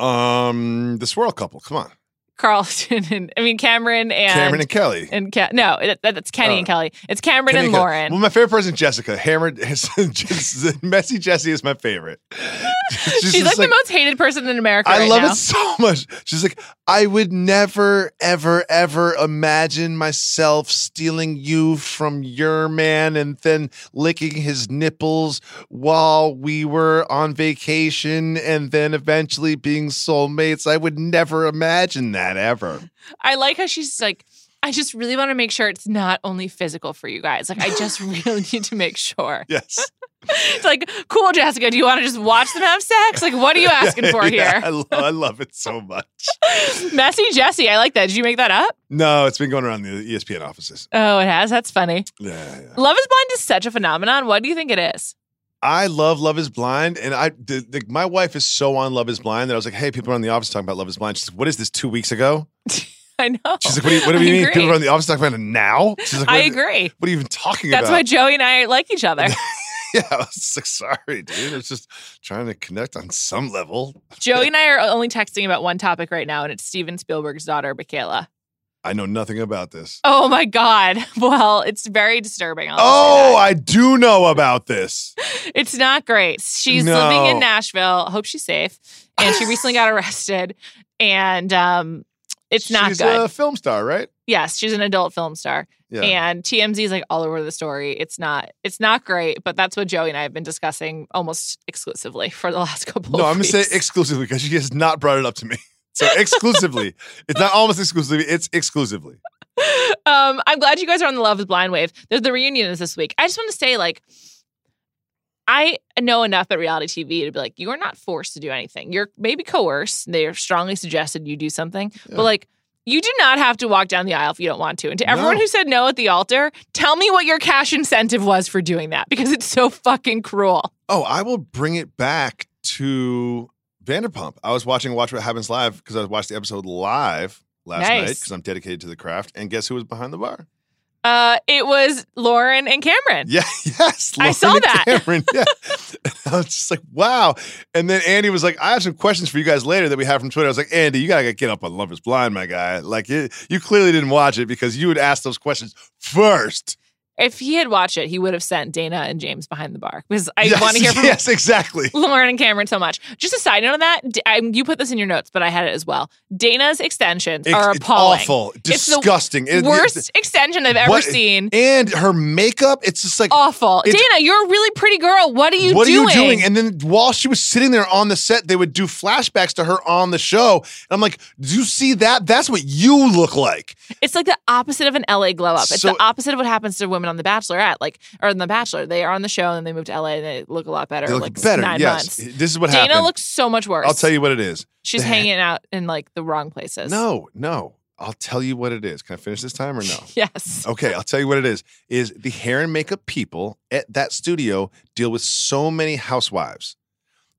C: Um, the swirl couple. Come on,
A: Carlton and I mean Cameron and
C: Cameron and Kelly.
A: and Ke- no, it, that- that's Kenny
C: Oh.
A: and Kelly. It's Cameron
C: Kenny
A: and
C: Kelly.
A: Lauren.
C: Well, my favorite person, is Jessica. Hammered, messy Jessie is my favorite.
A: She's, like,
C: just
A: the most hated person in America.
C: I
A: right
C: love
A: now.
C: it so much. She's like, I would never, ever, ever imagine myself stealing you from your man and then licking his nipples while we were on vacation and then eventually being soulmates. I would never imagine that ever.
A: I like how she's like, I just really want to make sure it's not only physical for you guys. Like, I just really need to make sure.
C: Yes.
A: It's like, cool, Jessica, do you want to just watch them have sex? Like, what are you asking for
C: Yeah, I,
A: here?
C: lo- I love it so much.
A: Messy Jesse, I like that. Did you make that up?
C: No, it's been going around the E ESPN offices.
A: Oh, it has. That's funny.
C: Yeah, yeah.
A: Love is Blind is such a phenomenon. What do you think it is?
C: I love Love Is Blind, and I the, the, my wife is so on Love Is Blind that I was like, hey, people are in the office talking about Love Is Blind. She's like, what is this? Two weeks ago?
A: I know.
C: She's like, what do you, what
A: Oh.
C: do you
A: I
C: mean?
A: agree.
C: People are in the office talking about it now? She's like,
A: I
C: what,
A: agree.
C: What are you even talking
A: That's why
C: about?
A: Joey and I like each other.
C: yeah, I was just like, sorry, dude. I was just trying to connect on some level.
A: Joey and I are only texting about one topic right now, and it's Steven Spielberg's daughter, Michaela.
C: I know nothing about this.
A: Oh my God. Well, it's very disturbing. I'll just say that.
C: Oh, I do know about this.
A: It's not great. She's living in
C: No.
A: Nashville. Hope she's safe. And she recently got arrested. And um, it's not
C: She's
A: good.
C: a film star, right?
A: yes, she's an adult film star.
C: Yeah.
A: And TMZ is like all over the story. It's not. It's not great. But that's what Joey and I have been discussing almost exclusively for the last couple.
C: No,
A: of
C: I'm gonna
A: weeks.
C: say exclusively because she has not brought it up to me. So exclusively, it's not almost exclusively. It's exclusively.
A: um, I'm glad you guys are on the Love is Blind wave. The, the reunion is this week. I just want to say, like, I know enough at reality TV to be like, you are not forced to do anything. You're maybe coerced. They're strongly suggested you do something,
C: Yeah.
A: but like, you do not have to walk down the aisle if you don't want to. And to everyone
C: No.
A: who said no at the altar, tell me what your cash incentive was for doing that because it's so fucking cruel.
C: Oh, I will bring it back to Vanderpump. I was watching Watch What Happens Live because I watched the episode live last
A: Nice.
C: night because I'm dedicated to the craft. And guess who was behind the bar?
A: Uh, it was Lauren and Cameron.
C: Yeah, yes.
A: I
C: Lauren
A: saw
C: and
A: that.
C: Cameron, yeah. I was just like, wow. And then Andy was like, I have some questions for you guys later that we have from Twitter. I was like, Andy, you gotta get up on Love Is Blind, my guy. Like, it, you clearly didn't watch it because you would ask those questions first.
A: If he had watched it, he would have sent Dana and James behind the bar because I
C: Yes,
A: want to hear from
C: Yes, exactly.
A: Lauren and Cameron so much. Just a side note on that, D- I, you put this in your notes, but I had it as well. Dana's extensions
C: It-
A: are
C: it's
A: appalling.
C: awful,
A: It's the
C: disgusting, It- it-
A: Worst extension I've ever
C: What-
A: seen.
C: and her makeup, it's just like,
A: awful.
C: it's-
A: Dana, you're a really pretty girl. What are you
C: what
A: doing?
C: are you doing? And then while she was sitting there on the set, they would do flashbacks to her on the show. And I'm like, do you see that? That's what you look like.
A: it's like the opposite of an LA glow up. It's
C: So-
A: the opposite of what happens to women on The Bachelorette, like or on The Bachelor. They are on the show and they move to LA and they look a lot better.
C: They look
A: like
C: better.
A: Nine
C: yes.
A: months.
C: This is what
A: Dana
C: happened.
A: looks so much worse.
C: I'll tell you what it is.
A: She's
C: that-
A: hanging out in like the wrong places.
C: No, no. I'll tell you what it is. Can I finish this time or no? Oh,
A: Yes.
C: Okay, I'll tell you what it is. Is the hair and makeup people at that studio deal with so many housewives.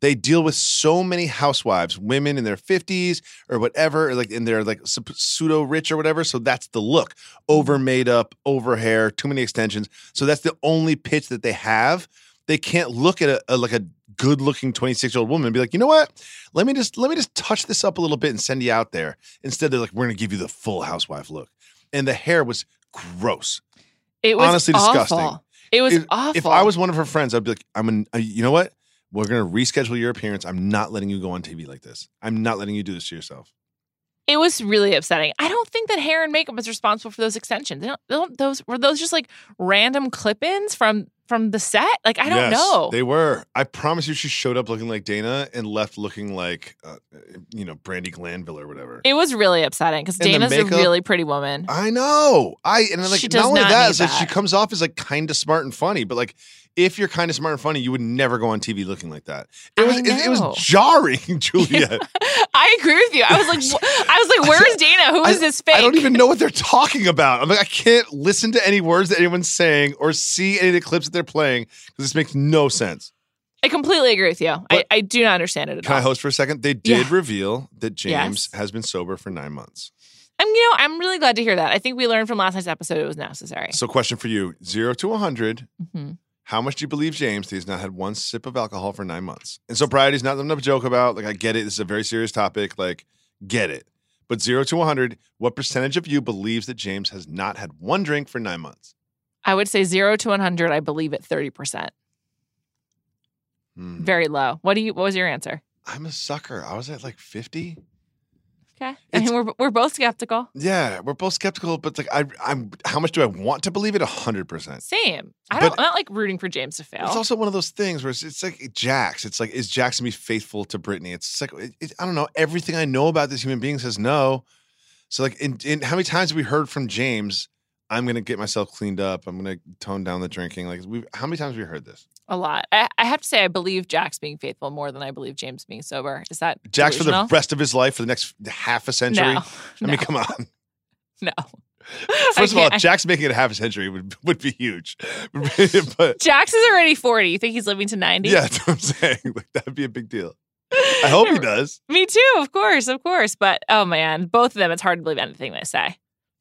C: They deal with so many housewives, women in their 50s or whatever, or like in their like pseudo rich or whatever. So that's the look. Over made up, over hair, too many extensions. So that's the only pitch that they have. They can't look at a, a- like a good looking 26 year old woman and be like, you know what? Let me just let me just touch this up a little bit and send you out there. Instead, they're like, we're gonna give you the full housewife look. And the hair was gross.
A: It was
C: Honestly
A: awful.
C: disgusting.
A: It was
C: If-
A: awful.
C: If I was one of her friends, I'd be like, I'm an, uh, you know what? We're gonna reschedule your appearance. I'm not letting you go on TV like this. I'm not letting you do this to yourself.
A: it was really upsetting. I don't think that hair and makeup is responsible for those extensions. They don't, they don't- those were those just like random clip-ins from from the set. Like I don't
C: Yes,
A: know.
C: They were. I promise you, she showed up looking like Dana and left looking like, uh, you know, Brandy Glanville or whatever.
A: it was really upsetting because
C: And the
A: Dana's a
C: makeup-
A: really pretty woman.
C: I know. I and like
A: She does
C: not only
A: not
C: that,
A: need
C: is that she
A: that.
C: comes off as like kind of smart and funny, but like if you're kind of smart and funny, you would never go on TV looking like that. It
A: I
C: was it, it
A: know.
C: was jarring, Juliet.
A: I agree with you. I was like, wh- I was like, where is Dana? Who
C: I-
A: is this fake?
C: I don't even know what they're talking about. I'm like, I can't listen to any words that anyone's saying or see any of the clips that they're playing because this makes no sense.
A: I completely agree with you. I,
C: But-
A: I do not understand it at
C: Can I
A: all.
C: host for a second? They did reveal that
A: Yes.
C: James has been sober for nine months.
A: I'm, you know, I'm really glad to hear that. I think we learned from last night's episode it was necessary.
C: So, question for you: zero to one hundred.
A: hmm
C: How much do you believe James that he's not had one sip of alcohol for nine months? And sobriety's not something to joke about. Like, I get it. This is a very serious topic. Like, get it. But zero to 100, what percentage of you believes that James has not had one drink for nine months?
A: I would say zero to 100. I believe at 30 percent.
C: Hmm.
A: Very low. What do you? What was your answer?
C: I'm a sucker. I was at like 50.
A: Okay. I
C: It's-
A: mean, we're we're both skeptical.
C: Yeah, we're both skeptical, but like, I, I'm. How much do I want to believe it? hundred percent.
A: Same. I
C: But-
A: don't. I'm not like rooting for James to fail.
C: It's also one of those things where it's, it's like Jax. It's like, is Jax gonna be faithful to Brittany? It's like, it, it- I don't know. Everything I know about this human being says no. So like, in, in how many times have we heard from James? I'm gonna get myself cleaned up. I'm gonna tone down the drinking. Like, we how many times have we heard this?
A: a lot. I, I have to say, I believe Jack's being faithful more than I believe James being sober. Is that
C: Jax for the
A: delusional?
C: rest of his life for the next half a century.
A: No.
C: I mean, come on.
A: no.
C: First of
A: I
C: all,
A: can't-
C: Jax making it half a century would would be huge. but
A: Jax is already 40. You think he's living to 90?
C: Yeah, that's what I'm saying. Like that'd be a big deal. I hope he does.
A: Me too, of course, of course. But oh man, both of them, it's hard to believe anything they say.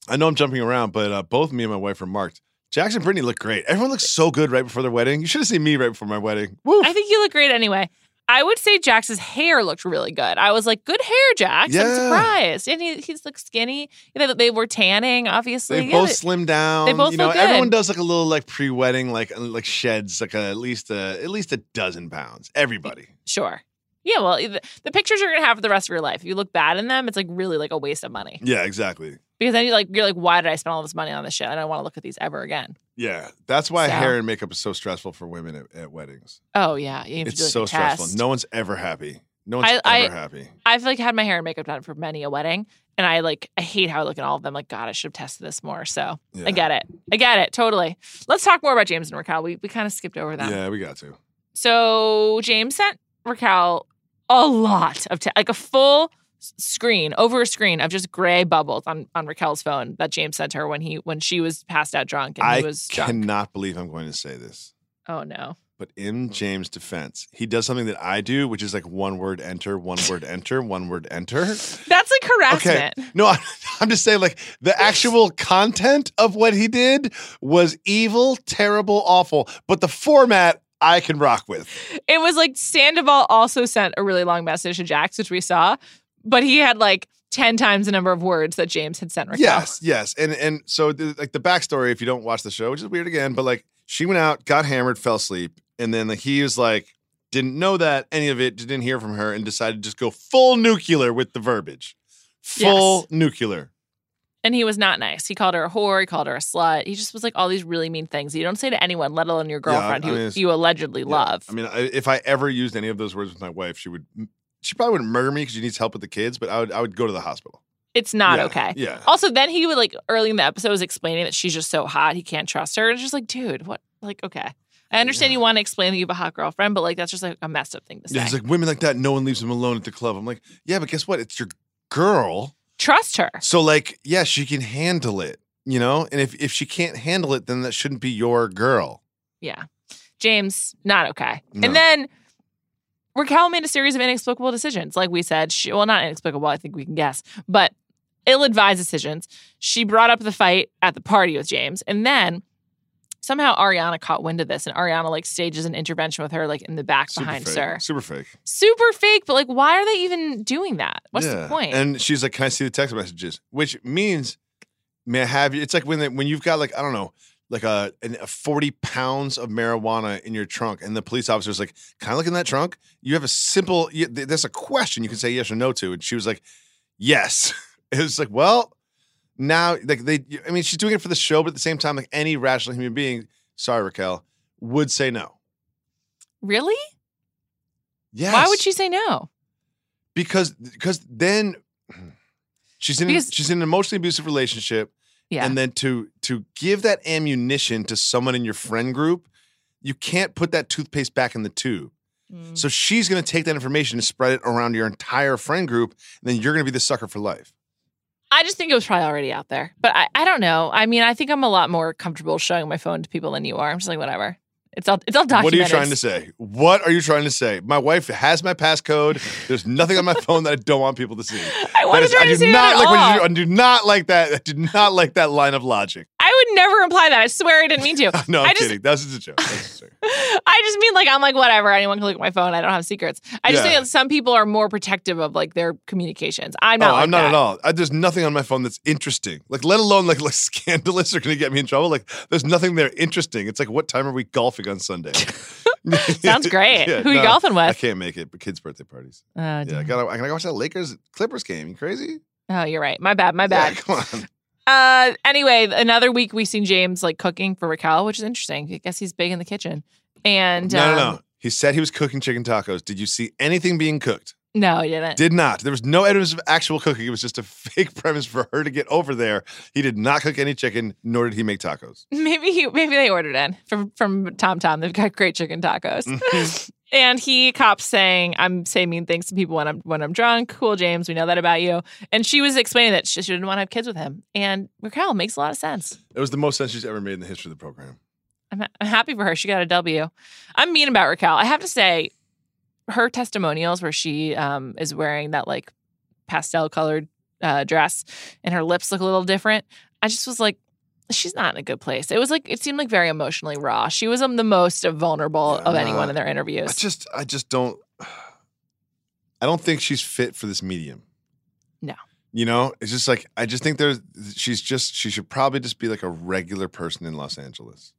C: I know I'm jumping around, but uh, both me and my wife remarked Jackson and Brittany look great. Everyone looks so good right before their wedding. You should have seen me right before my wedding. Woo!
A: I think you look great anyway. I would say Jax's hair looked really good. I was like, good hair, Jax. I'm
C: Yeah.
A: surprised. And he, he's like skinny. You know, they were tanning, obviously.
C: they
A: Yeah,
C: both slimmed down.
A: they both
C: you know,
A: look good.
C: everyone does like a little like pre-wedding, like uh, like sheds, like a, at least a, at least a dozen pounds. Everybody.
A: sure. Yeah, well, e, the, the pictures you're going to have for the rest of your life, if you look bad in them, it's like really like a waste of money.
C: Yeah, exactly.
A: Because then you're like, you're like, why did I spend all this money on this shit? I don't want to look at these ever again.
C: Yeah, that's why
A: So-
C: hair and makeup is so stressful for women at, at weddings.
A: Oh, yeah. You have to
C: It's
A: do, like,
C: so
A: a test.
C: stressful. No one's ever happy. No one's
A: I- I-
C: ever happy.
A: I've like had my hair and makeup done for many a wedding, and I like I hate how I look in all of them. Like, God, I should have tested this more. So
C: Yeah.
A: I get it. I get it totally. Let's talk more about James and Raquel. We we kind of skipped over that.
C: Yeah, we got to.
A: So James sent Raquel a lot of te- like a full s- screen over a screen of just gray bubbles on on Raquel's phone that James sent her when he when she was passed out drunk and
C: I
A: he was drunk.
C: cannot believe I'm going to say this.
A: Oh no.
C: But in James' defense, he does something that I do, which is like one word enter, one word enter, one word enter.
A: That's like harassment.
C: No, I'm, I'm just saying, like, the actual content of what he did was evil, terrible, awful. But the format I can rock with.
A: It was like Sandoval also sent a really long message to Jax, which we saw, but he had like 10 times the number of words that James had sent Raquel.
C: Yes, yes. And and so the, like the backstory, if you don't watch the show, which is weird again, but like she went out, got hammered, fell asleep, and then like, he was like, didn't know that any of it, didn't hear from her, and decided to just go full nuclear with the verbiage. Full nuclear.
A: And he was not nice. He called her a whore. He called her a slut. He just was like all these really mean things that you don't say to anyone, let alone your
C: Yeah,
A: girlfriend
C: I mean,
A: who
C: it's-
A: you allegedly
C: Yeah.
A: love.
C: I mean, I, if I ever used any of those words with my wife, she would. She probably wouldn't murder me because she needs help with the kids, but I would. I would go to the hospital.
A: it's not
C: Yeah,
A: okay.
C: Yeah.
A: Also, then he would like early in the episode was explaining that she's just so hot he can't trust her. It's just like, dude, what? Like, okay, I understand
C: Yeah.
A: you want to explain that you have a hot girlfriend, but like that's just like a messed up thing to say.
C: Yeah, it's like women like that. No one leaves them alone at the club. I'm like, yeah, but guess what? It's your girl.
A: Trust her.
C: So like, yeah, she can handle it, you know. And if if she can't handle it, then that shouldn't be your girl.
A: Yeah, James, not okay.
C: No.
A: And then Raquel made a series of inexplicable decisions, like we said. She, well, not inexplicable. I think we can guess, but ill-advised decisions. She brought up the fight at the party with James, and then. Somehow Ariana caught wind of this, and Ariana like stages an intervention with her like in the back behind
C: fake.
A: Sir.
C: Super fake.
A: super fake, but like, why are they even doing that? What's
C: Yeah.
A: the point?
C: And she's like, "Can I see the text messages?" Which means, may I have you? It's like when they, when you've got like I don't know, like a, an, a forty pounds of marijuana in your trunk, and the police officer's like, "Can I look in that trunk?" You have a simple. You, th- there's a question you can say yes or no to, and she was like, "Yes." It was like, well, now like they. I mean, she's doing it for the show, but at the same time, like any rational human being, sorry Raquel, would say no.
A: really?
C: Yes.
A: Why would she say no?
C: because because then she's in
A: Because-
C: she's in an emotionally abusive relationship
A: Yeah.
C: and then to to give that ammunition to someone in your friend group you can't put that toothpaste back in the tube
A: Mm.
C: so she's going to take that information and spread it around your entire friend group and then you're going to be the sucker for life
A: I just think it was probably already out there, but I, I don't know. I mean, I think I'm a lot more comfortable showing my phone to people than you are. I'm just like, whatever. It's all it's all documented.
C: what are you trying to say what are you trying to say my wife has my passcode there's nothing on my phone that i don't want people to see
A: I
C: That
A: wasn't
C: is- i
A: trying to
C: do
A: say
C: not
A: that at
C: like
A: all.
C: you do i do not like that i do not like that line of logic
A: I would never imply that. I swear I didn't mean to.
C: no i'm
A: I just-
C: kidding that's just a joke that's just a joke
A: I just mean like I'm like whatever. Anyone can look at my phone. I don't have secrets. I just
C: Yeah.
A: think that some people are more protective of like their communications. I'm not.
C: oh,
A: like
C: I'm not
A: that.
C: at all. I, there's nothing on my phone that's interesting. Like, let alone like, like scandalous are going to get me in trouble. Like, there's nothing there interesting. It's like, what time are we golfing on Sunday?
A: Sounds great.
C: Yeah,
A: Who are you
C: no,
A: golfing
C: I
A: with?
C: can't make it, but kids' birthday parties.
A: Oh,
C: Yeah, I
A: dear.
C: gotta, I gotta watch that Lakers Clippers game. You crazy?
A: oh, you're right. My bad. My bad.
C: Yeah, come on.
A: Uh, anyway, another week we've seen James like cooking for Raquel, which is interesting. I guess he's big in the kitchen. And
C: no, no,
A: um,
C: no. He said he was cooking chicken tacos. Did you see anything being cooked?
A: no, he didn't.
C: Did not. There was no evidence of actual cooking. It was just a fake premise for her to get over there. He did not cook any chicken, nor did he make tacos.
A: Maybe he, maybe they ordered in from from Tom Tom. They've got great chicken
C: Mm.
A: tacos. and he cops saying, "I'm saying mean things to people when I'm when I'm drunk." Cool, James. We know that about you. And she was explaining that she, she didn't want to have kids with him. And Raquel makes a lot of sense.
C: It was the most sense she's ever made in the history of the program.
A: I'm, ha- I'm happy for her. She got a W. I'm mean about Raquel. I have to say, her testimonials where she um, is wearing that like pastel colored uh, dress and her lips look a little different. I just was like, she's not in a good place. It was like it seemed like very emotionally raw. She was um, the most vulnerable of
C: Yeah.
A: anyone in their
C: I
A: interviews.
C: just I just don't I don't think she's fit for this medium.
A: No.
C: You know, it's just like I just think there's she's just she should probably just be like a regular person in Los Angeles.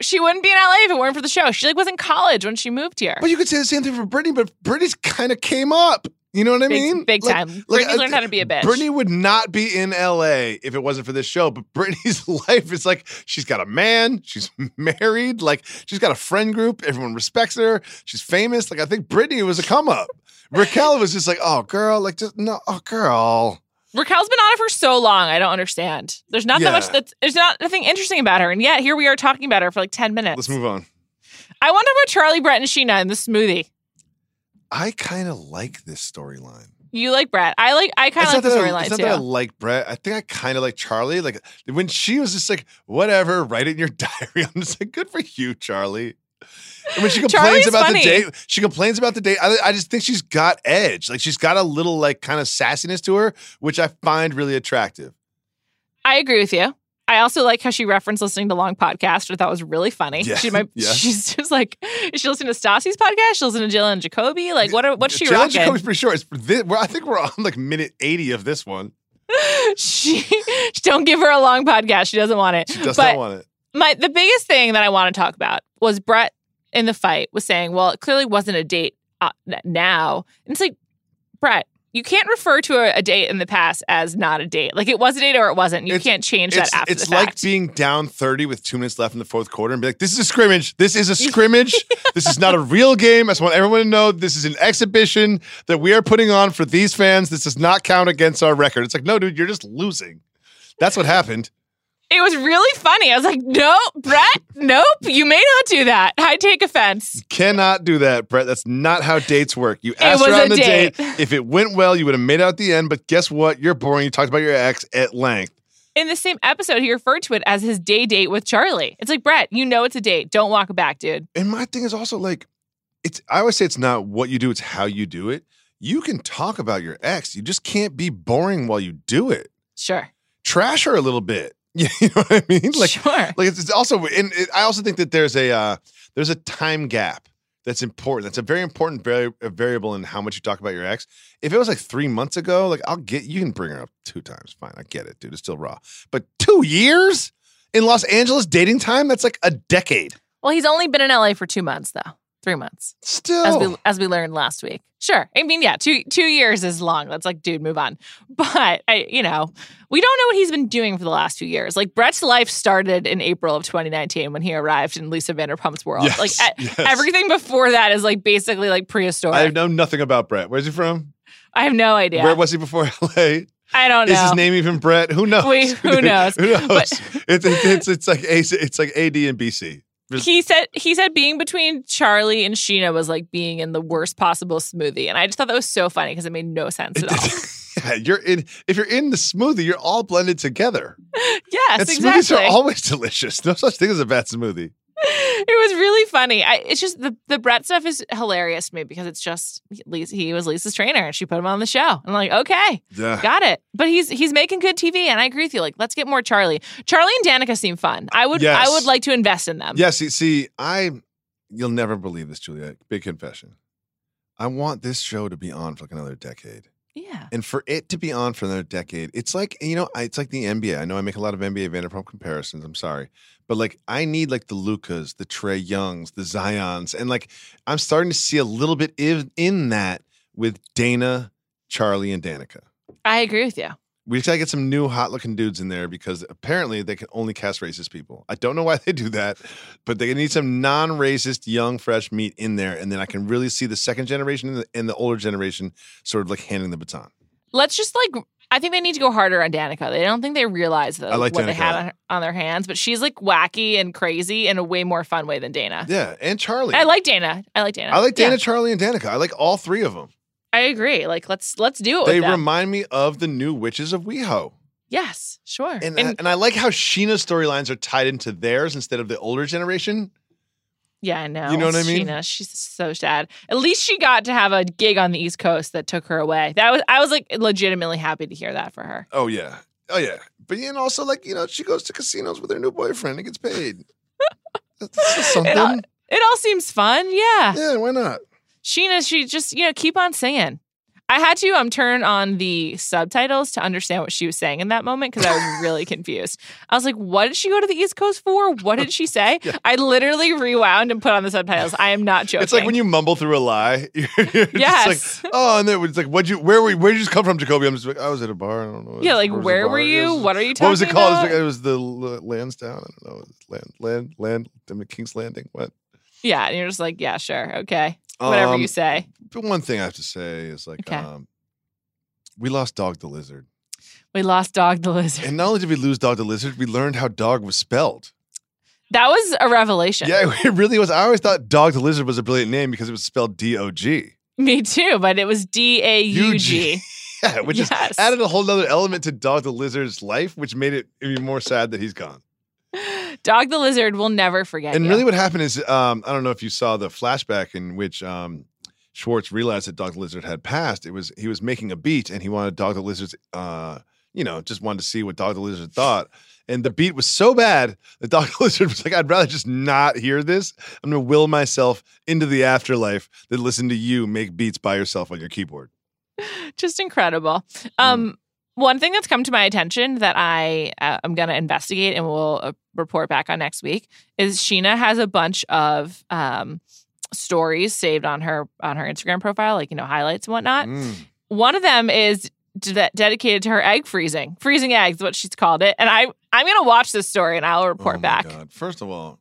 A: she wouldn't be in LA if it weren't for the show. She like was in college when she moved here.
C: But you could say the same thing for Brittany, but Brittany's kind of came up. You know what I
A: big,
C: mean?
A: big
C: Like,
A: time.
C: like,
A: Brittany
C: I-
A: learned how to be a bitch.
C: Brittany would not be in LA if it wasn't for this show. But Brittany's life is like she's got a man, she's married, like she's got a friend group, everyone respects her, she's famous. Like I think Brittany was a come up. Raquel was just like, oh girl, like just no, oh girl.
A: Raquel's been on it for so long. I don't understand. There's not
C: Yeah.
A: that much. That's, there's not nothing interesting about her, and yet here we are talking about her for like ten minutes.
C: Let's move on.
A: I wonder about Charlie, Brett, and Sheena and the smoothie.
C: I kind of like this storyline.
A: You like Brett? I like. I kind
C: It's
A: of like the
C: not that I- it's
A: storyline
C: not that I
A: too.
C: like Brett. I think I kind of like Charlie. Like when she was just like, whatever, write it in your diary. I'm just like, good for you, Charlie. I mean, she complains
A: Charlie's
C: about
A: funny.
C: the date. She complains about the date. I, I just think she's got edge. Like she's got a little like kind of sassiness to her, which I find really attractive.
A: I agree with you. I also like how she referenced listening to long podcast, which I thought was really funny.
C: Yeah,
A: She might,
C: yeah.
A: she's just like, is she listening to Stassi's podcast? She listening to Jill and Jacoby? Like, what? Are, what's she
C: Challenge
A: rocking?
C: Jacoby's pretty short. It's this, well, I think we're on like minute eighty of this one.
A: she don't give her a long podcast. She doesn't want it.
C: She does
A: but
C: not want it.
A: my the biggest thing that I want to talk about was Brett in the fight was saying, well, it clearly wasn't a date uh, n- now. And it's like, Brett, you can't refer to a, a date in the past as not a date. Like it was a date or it wasn't. You
C: It's-
A: can't change
C: It's,
A: that after
C: it's
A: the
C: like
A: fact.
C: being down 30 with two minutes left in the fourth quarter and be like, this is a scrimmage. This is a scrimmage. this is not a real game. I just want everyone to know this is an exhibition that we are putting on for these fans. This does not count against our record. It's like, no, dude, you're just losing. That's what happened.
A: it was really funny. I was like, no, Brett, nope, you may not do that. I take offense.
C: Cannot do that, Brett. That's not how dates work. You asked
A: was
C: her
A: a
C: out on a date.
A: date.
C: If it went well, you would have made out at the end. But guess what? You're boring. You talked about your ex at length.
A: In the same episode, he referred to it as his day date with Charlie. It's like, Brett, you know it's a date. Don't walk it back, dude.
C: And my thing is also like, it's I always say it's not what you do, it's how you do it. You can talk about your ex. You just can't be boring while you do it.
A: Sure.
C: Trash her a little bit. You know what I mean? Like,
A: sure.
C: like it's, it's also, and it, I also think that there's a uh, there's a time gap that's important. That's a very important vari- variable in how much you talk about your ex. If it was like three months ago, like I'll get you can bring her up two times. Fine, I get it, dude. It's still raw, but two years in Los Angeles dating time that's like a decade.
A: Well, he's only been in LA for two months, though. Three months,
C: Still,
A: as we as we learned last week. Sure, I mean, yeah, two two years is long. That's like, dude, move on. But I, you know, we don't know what he's been doing for the last few years. Like Brett's life started in April of 2019 when he arrived in Lisa Vanderpump's world.
C: Yes,
A: Like e-
C: yes.
A: everything before that is like basically like prehistoric. I
C: I
A: have no,
C: know nothing about Brett. Where's he from?
A: idea.
C: Where was he before LA?
A: I don't know.
C: Is his name even Brett? Who knows?
A: We- who knows?
C: who knows?
A: But-
C: it's, it's, it's, it's like A- it's like AD and BC.
A: he said he said being between Charlie and Sheena was like being in the worst possible smoothie, and I just thought that was so funny because it made no sense at all.
C: yeah, you're in. If you're in the smoothie, you're all blended together.
A: yes,
C: and
A: exactly.
C: smoothies are always delicious. No such thing as a bad smoothie.
A: it was really funny. I, it's just the, the Brett stuff is hilarious to me because it's just Lisa, he was Lisa's trainer and she put him on the show. And I'm like, okay,
C: Yeah.
A: got it. But he's he's making good TV, and I agree with you. Like, let's get more Charlie. Charlie and Danica seem fun. I would
C: Yes.
A: I would like to invest in them.
C: Yeah. See, see, I. You'll never believe this, Juliet. Big confession. I want this show to be on for like another decade.
A: Yeah.
C: And for it to be on for another decade, it's like you know, I- it's like the NBA. I know I make a lot of NBA Vanderpump comparisons. I'm sorry, but like I need like the Lucas, the Trey Youngs, the Zion's, and like I'm starting to see a little bit in, in that with Dana, Charlie, and Danica.
A: I agree with you.
C: We just gotta get some new hot looking dudes in there because apparently they can only cast racist people. I don't know why they do that, but they need some non racist, young, fresh meat in there. And then I can really see the second generation and the, and the older generation sort of like handing the baton.
A: Let's just like I think they need to go harder on Danica. They don't think they realize though
C: I like
A: what they
C: Danica.
A: had on, on their hands, but she's like wacky and crazy in a way more fun way than Dana.
C: Yeah. And Charlie.
A: I like Dana. I like Dana.
C: I like
A: Yeah.
C: Dana, Charlie, and Danica. I like all three of them.
A: I agree. Like let's let's do it.
C: They
A: with them.
C: remind me of the new witches of WeHo,
A: yes, sure.
C: and and I, like how Sheena's storylines are tied into theirs instead of the older generation.
A: Yeah, I know.
C: You know what I mean?
A: Sheena, she's so sad. At least she got to have a gig on the East Coast that took her away. That was I was like legitimately happy to hear that for her.
C: Oh yeah, oh yeah. But and also like you know she goes to casinos with her new boyfriend and gets paid. That's just something.
A: It all, it all seems fun. Yeah.
C: yeah, why not?
A: Sheena, she just, you know, keep on singing. I had to um turn on the subtitles to understand what she was saying in that moment because I was really confused. I was like, what did she go to the East Coast for? What did she say? I literally rewound and put on the subtitles. I am not joking.
C: It's like when you mumble through a lie. You're, you're
A: Yes.
C: Just like, oh, and then it's like, what'd you? Where were? You, where did you just come from, Jacoby? I'm just like, I was at a bar. I don't know.
A: Yeah, like
C: was the
A: where
C: bar?
A: were
C: It
A: you?
C: was-
A: What are you talking
C: What was it called?
A: about?
C: It was, like, it was the L- Lansdowne. I don't know. It was Land, land, land. I mean, King's Landing. What?
A: Yeah, and you're just like, yeah, sure, okay, whatever
C: Um,
A: you say.
C: But one thing I have to say is like,
A: Okay.
C: um, we lost Dog the Lizard.
A: We lost Dog the Lizard.
C: And not only did we lose Dog the Lizard, we learned how dog was spelled.
A: That was a revelation.
C: Yeah, it really was. I always thought Dog the Lizard was a brilliant name because it was spelled D O G.
A: Me too, but it was D A U G.
C: Yeah, which
A: Yes.
C: is added a whole nother element to Dog the Lizard's life, which made it even more sad that he's gone.
A: Dog the lizard will never forget.
C: And
A: you.
C: really, what happened is um, I don't know if you saw the flashback in which um, Schwartz realized that Dog the Lizard had passed. It was he was making a beat, and he wanted Dog the Lizard's, uh, you know, just wanted to see what Dog the Lizard thought. And the beat was so bad that Dog the Lizard was like, "I'd rather just not hear this. I'm gonna will myself into the afterlife than listen to you make beats by yourself on your keyboard."
A: just incredible. Um,
C: Mm.
A: One thing that's come to my attention that I uh, am going to investigate and we'll uh, report back on next week is Sheena has a bunch of um, stories saved on her on her Instagram profile, like you know highlights and whatnot.
C: Mm.
A: One of them is de- dedicated to her egg freezing, freezing eggs, what she's called it. And I I'm going to watch this story and I'll report
C: Oh my
A: back.
C: God. First of all,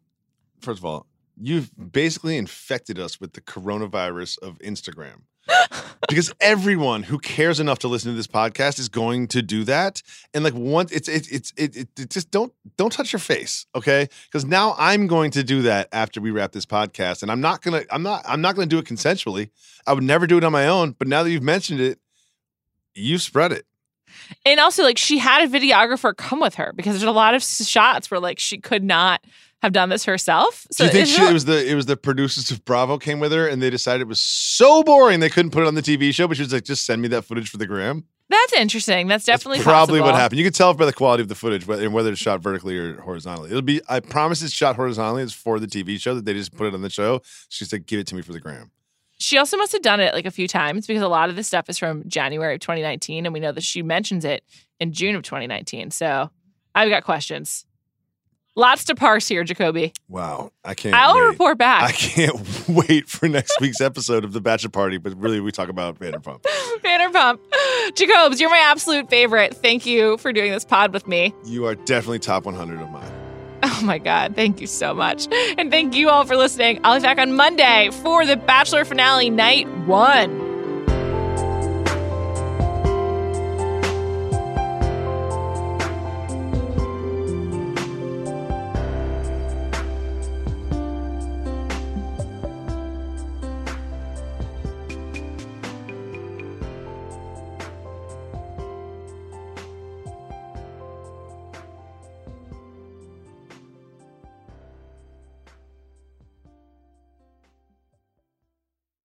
C: first of all, you've basically infected us with the coronavirus of Instagram. because everyone who cares enough to listen to this podcast is going to do that, and like once it's it's it's it, it, it just don't don't touch your face, okay? Because now I'm going to do that after we wrap this podcast, and I'm not gonna I'm not I'm not gonna do it consensually. I would never do it on my own, but now that you've mentioned it, you spread it.
A: And also, like, she had a videographer come with her because there's a lot of s- shots where, like, she could not have done this herself.
C: Do you think
A: it's
C: she,
A: not-
C: it was the it was the producers of Bravo came with her and they decided it was so boring they couldn't put it on the TV show? But she was like, just send me that footage for the gram.
A: That's interesting. That's definitely
C: That's probably what
A: possible.
C: happened. You can tell by the quality of the footage whether, whether it's shot vertically or horizontally. It'll be I promise it's shot horizontally. It's for the TV show that they just put it on the show. She said, give it to me for the gram.
A: She also must have done it like a few times because a lot of this stuff is from January of 2019, and we know that she mentions it in June of 2019. So I've got questions. Lots to parse here, Jacoby.
C: Wow, I can't.
A: I'll
C: wait.
A: report
C: I
A: back.
C: can't wait for next week's episode of the Bachelor Party. But really, we talk about Vanderpump.
A: Vanderpump. Jacobs, you're my absolute favorite. Thank you for doing this pod with me.
C: You are definitely top 100 of mine.
A: Oh my God. Thank you so much. And thank you all for listening. I'll be back on Monday for the Bachelor finale night one.